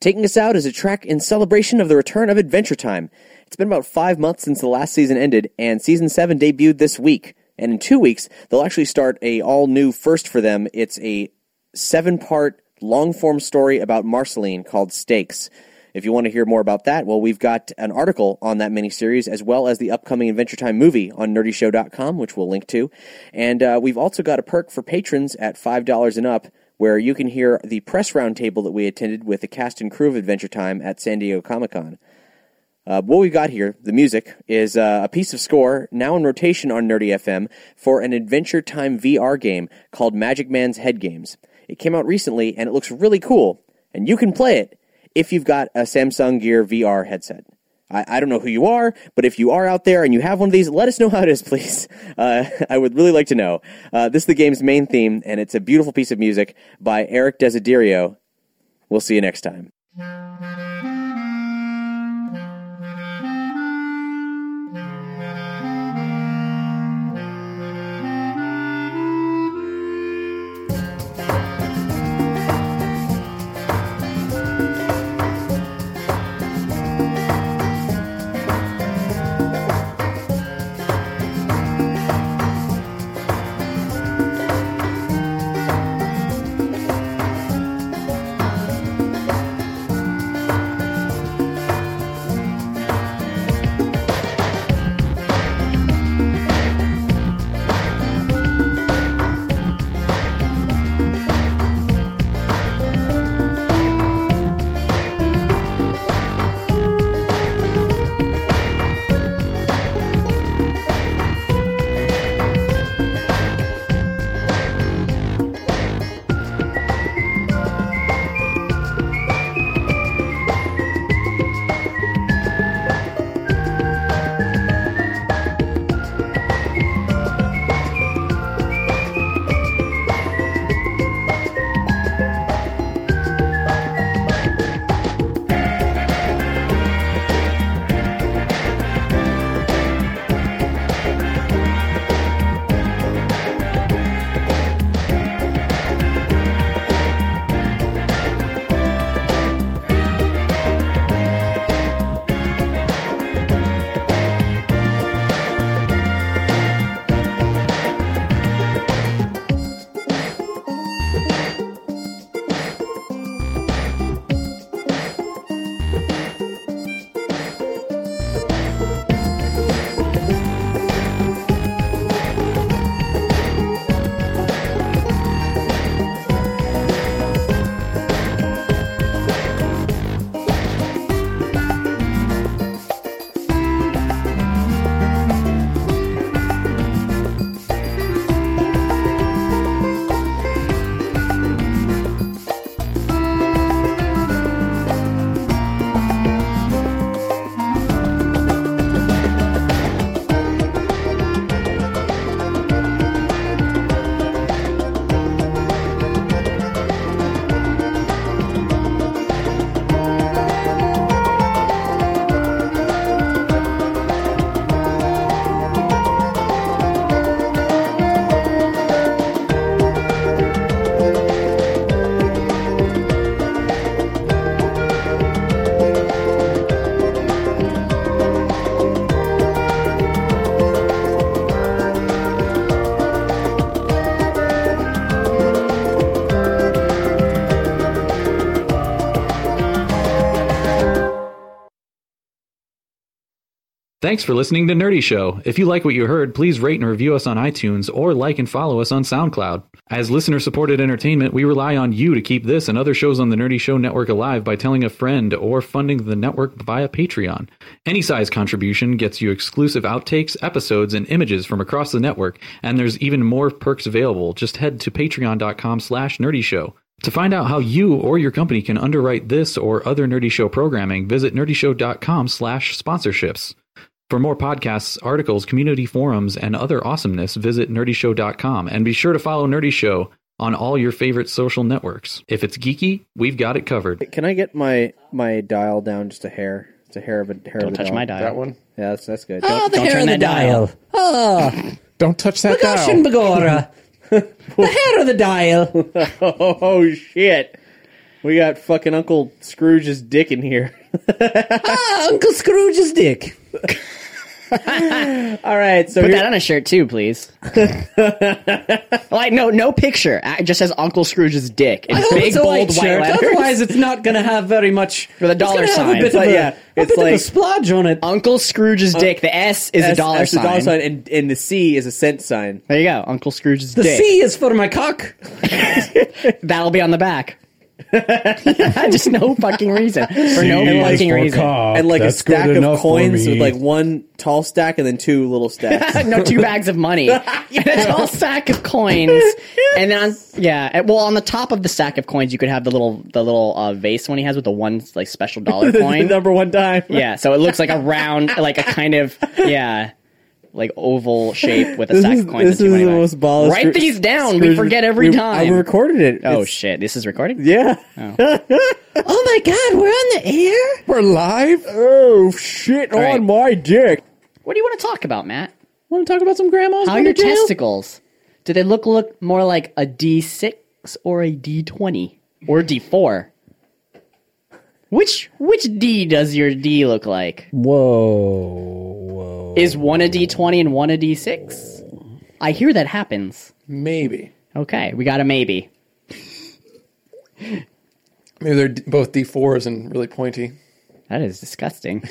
B: Taking us out is a track in celebration of the return of Adventure Time. It's been about five months since the last season ended, and season seven debuted this week. And in two weeks, they'll actually start a all new first for them. It's a seven part long form story about Marceline called Stakes. If you want to hear more about that, well, we've got an article on that miniseries as well as the upcoming Adventure Time movie on nerdyshow.com, which we'll link to. And uh, we've also got a perk for patrons at $5 and up where you can hear the press roundtable that we attended with the cast and crew of Adventure Time at San Diego Comic Con. Uh, what we've got here, the music, is uh, a piece of score now in rotation on Nerdy FM for an Adventure Time VR game called Magic Man's Head Games. It came out recently and it looks really cool, and you can play it if you've got a Samsung Gear VR headset. I, I don't know who you are, but if you are out there and you have one of these, let us know how it is, please. Uh, I would really like to know. Uh, this is the game's main theme, and it's a beautiful piece of music by Eric Desiderio. We'll see you next time.
C: Thanks for listening to Nerdy Show. If you like what you heard, please rate and review us on iTunes or like and follow us on SoundCloud. As listener supported entertainment, we rely on you to keep this and other shows on the Nerdy Show network alive by telling a friend or funding the network via Patreon. Any size contribution gets you exclusive outtakes, episodes, and images from across the network, and there's even more perks available. Just head to patreon.com slash nerdy show. To find out how you or your company can underwrite this or other Nerdy Show programming, visit nerdyshow.com slash sponsorships. For more podcasts, articles, community forums, and other awesomeness, visit nerdyshow.com and be sure to follow Nerdy Show on all your favorite social networks. If it's geeky, we've got it covered.
B: Can I get my my dial down just a hair? It's a hair of a hair
D: Don't
B: of a
D: touch
B: dial.
D: my dial.
E: That one.
B: Yeah, that's that's good.
D: Don't- don't turn that
B: Oh,
E: Don't touch that dial.
B: Bagora. the hair of the dial. oh shit! We got fucking Uncle Scrooge's dick in here. ah, Uncle Scrooge's dick. All right, so
D: Put
B: here-
D: that on a shirt too, please. like no, no picture. Uh, It just says Uncle Scrooge's dick in
B: hope
D: big
B: it's a
D: bold
B: white
D: white
B: shirt,
D: letters.
B: otherwise
G: it's not going to have very much.
D: With a dollar
B: gonna have a
D: sign.
B: bit of
D: But
B: a-
D: yeah,
B: a
D: it's
B: bit of
D: like
G: splodge on it.
D: Uncle Scrooge's dick. The S is a
B: S-
D: dollar
B: S is
D: sign.
B: a dollar sign, and, and the C is a cent sign.
D: There you go, Uncle Scrooge's dick.
G: is for my cock.
D: That'll be on the back. just no fucking reason. For no
B: is
D: fucking
B: for
D: reason.
B: and like a stack of coins with like
G: one.
B: one tall stack and then two little stacks.
D: no two bags of money and a tall stack of coins and then on, yeah and- well on the top of the stack of coins you could have the little the little uh, vase one he has with the one like special dollar
B: the
D: coin
B: number one dime.
D: yeah so it looks like a round like a kind of yeah like oval shape with a
B: This
D: stack
B: is,
D: of coins
B: this
D: and
B: is
D: two
B: the
D: money bags.
B: most ballast.
D: write these down we forget every time
B: I uh, recorded it.
D: oh
B: It's-
D: shit this is recording
B: Yeah.
D: oh my god we're on the air
E: We're live.
B: Oh shit
D: right.
B: on my dick.
D: what do you want to talk about matt
G: Want to talk about some grandmas?
D: how are
G: going
D: your
G: to jail?
D: testicles do they look look more like a d6 or a d20 or d4 which which d does your d look like
G: Whoa, whoa.
D: is one a d20 and one a d6 i hear that happens
E: Maybe.
D: okay we got a maybe
E: Maybe they're d- both D fours and really pointy.
D: that is disgusting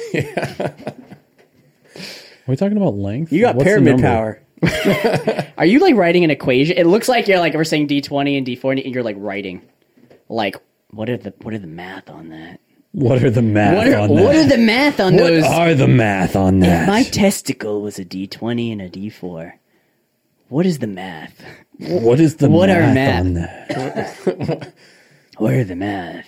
G: Are we talking about length?
B: You got
G: What's the
B: pyramid
G: number?
B: power.
D: are you like writing an equation it looks like you're like we're saying d20 and d40 and you're like writing like what are the what are the math on that
G: What are the math
D: what are,
G: on
D: what are
G: that?
D: the math on
G: what
D: those
G: are the math on that?
D: If my testicle was a D20 and a D4, what is the math?
G: what is the
D: what are
G: math,
D: math?
G: on that?
D: Where the math?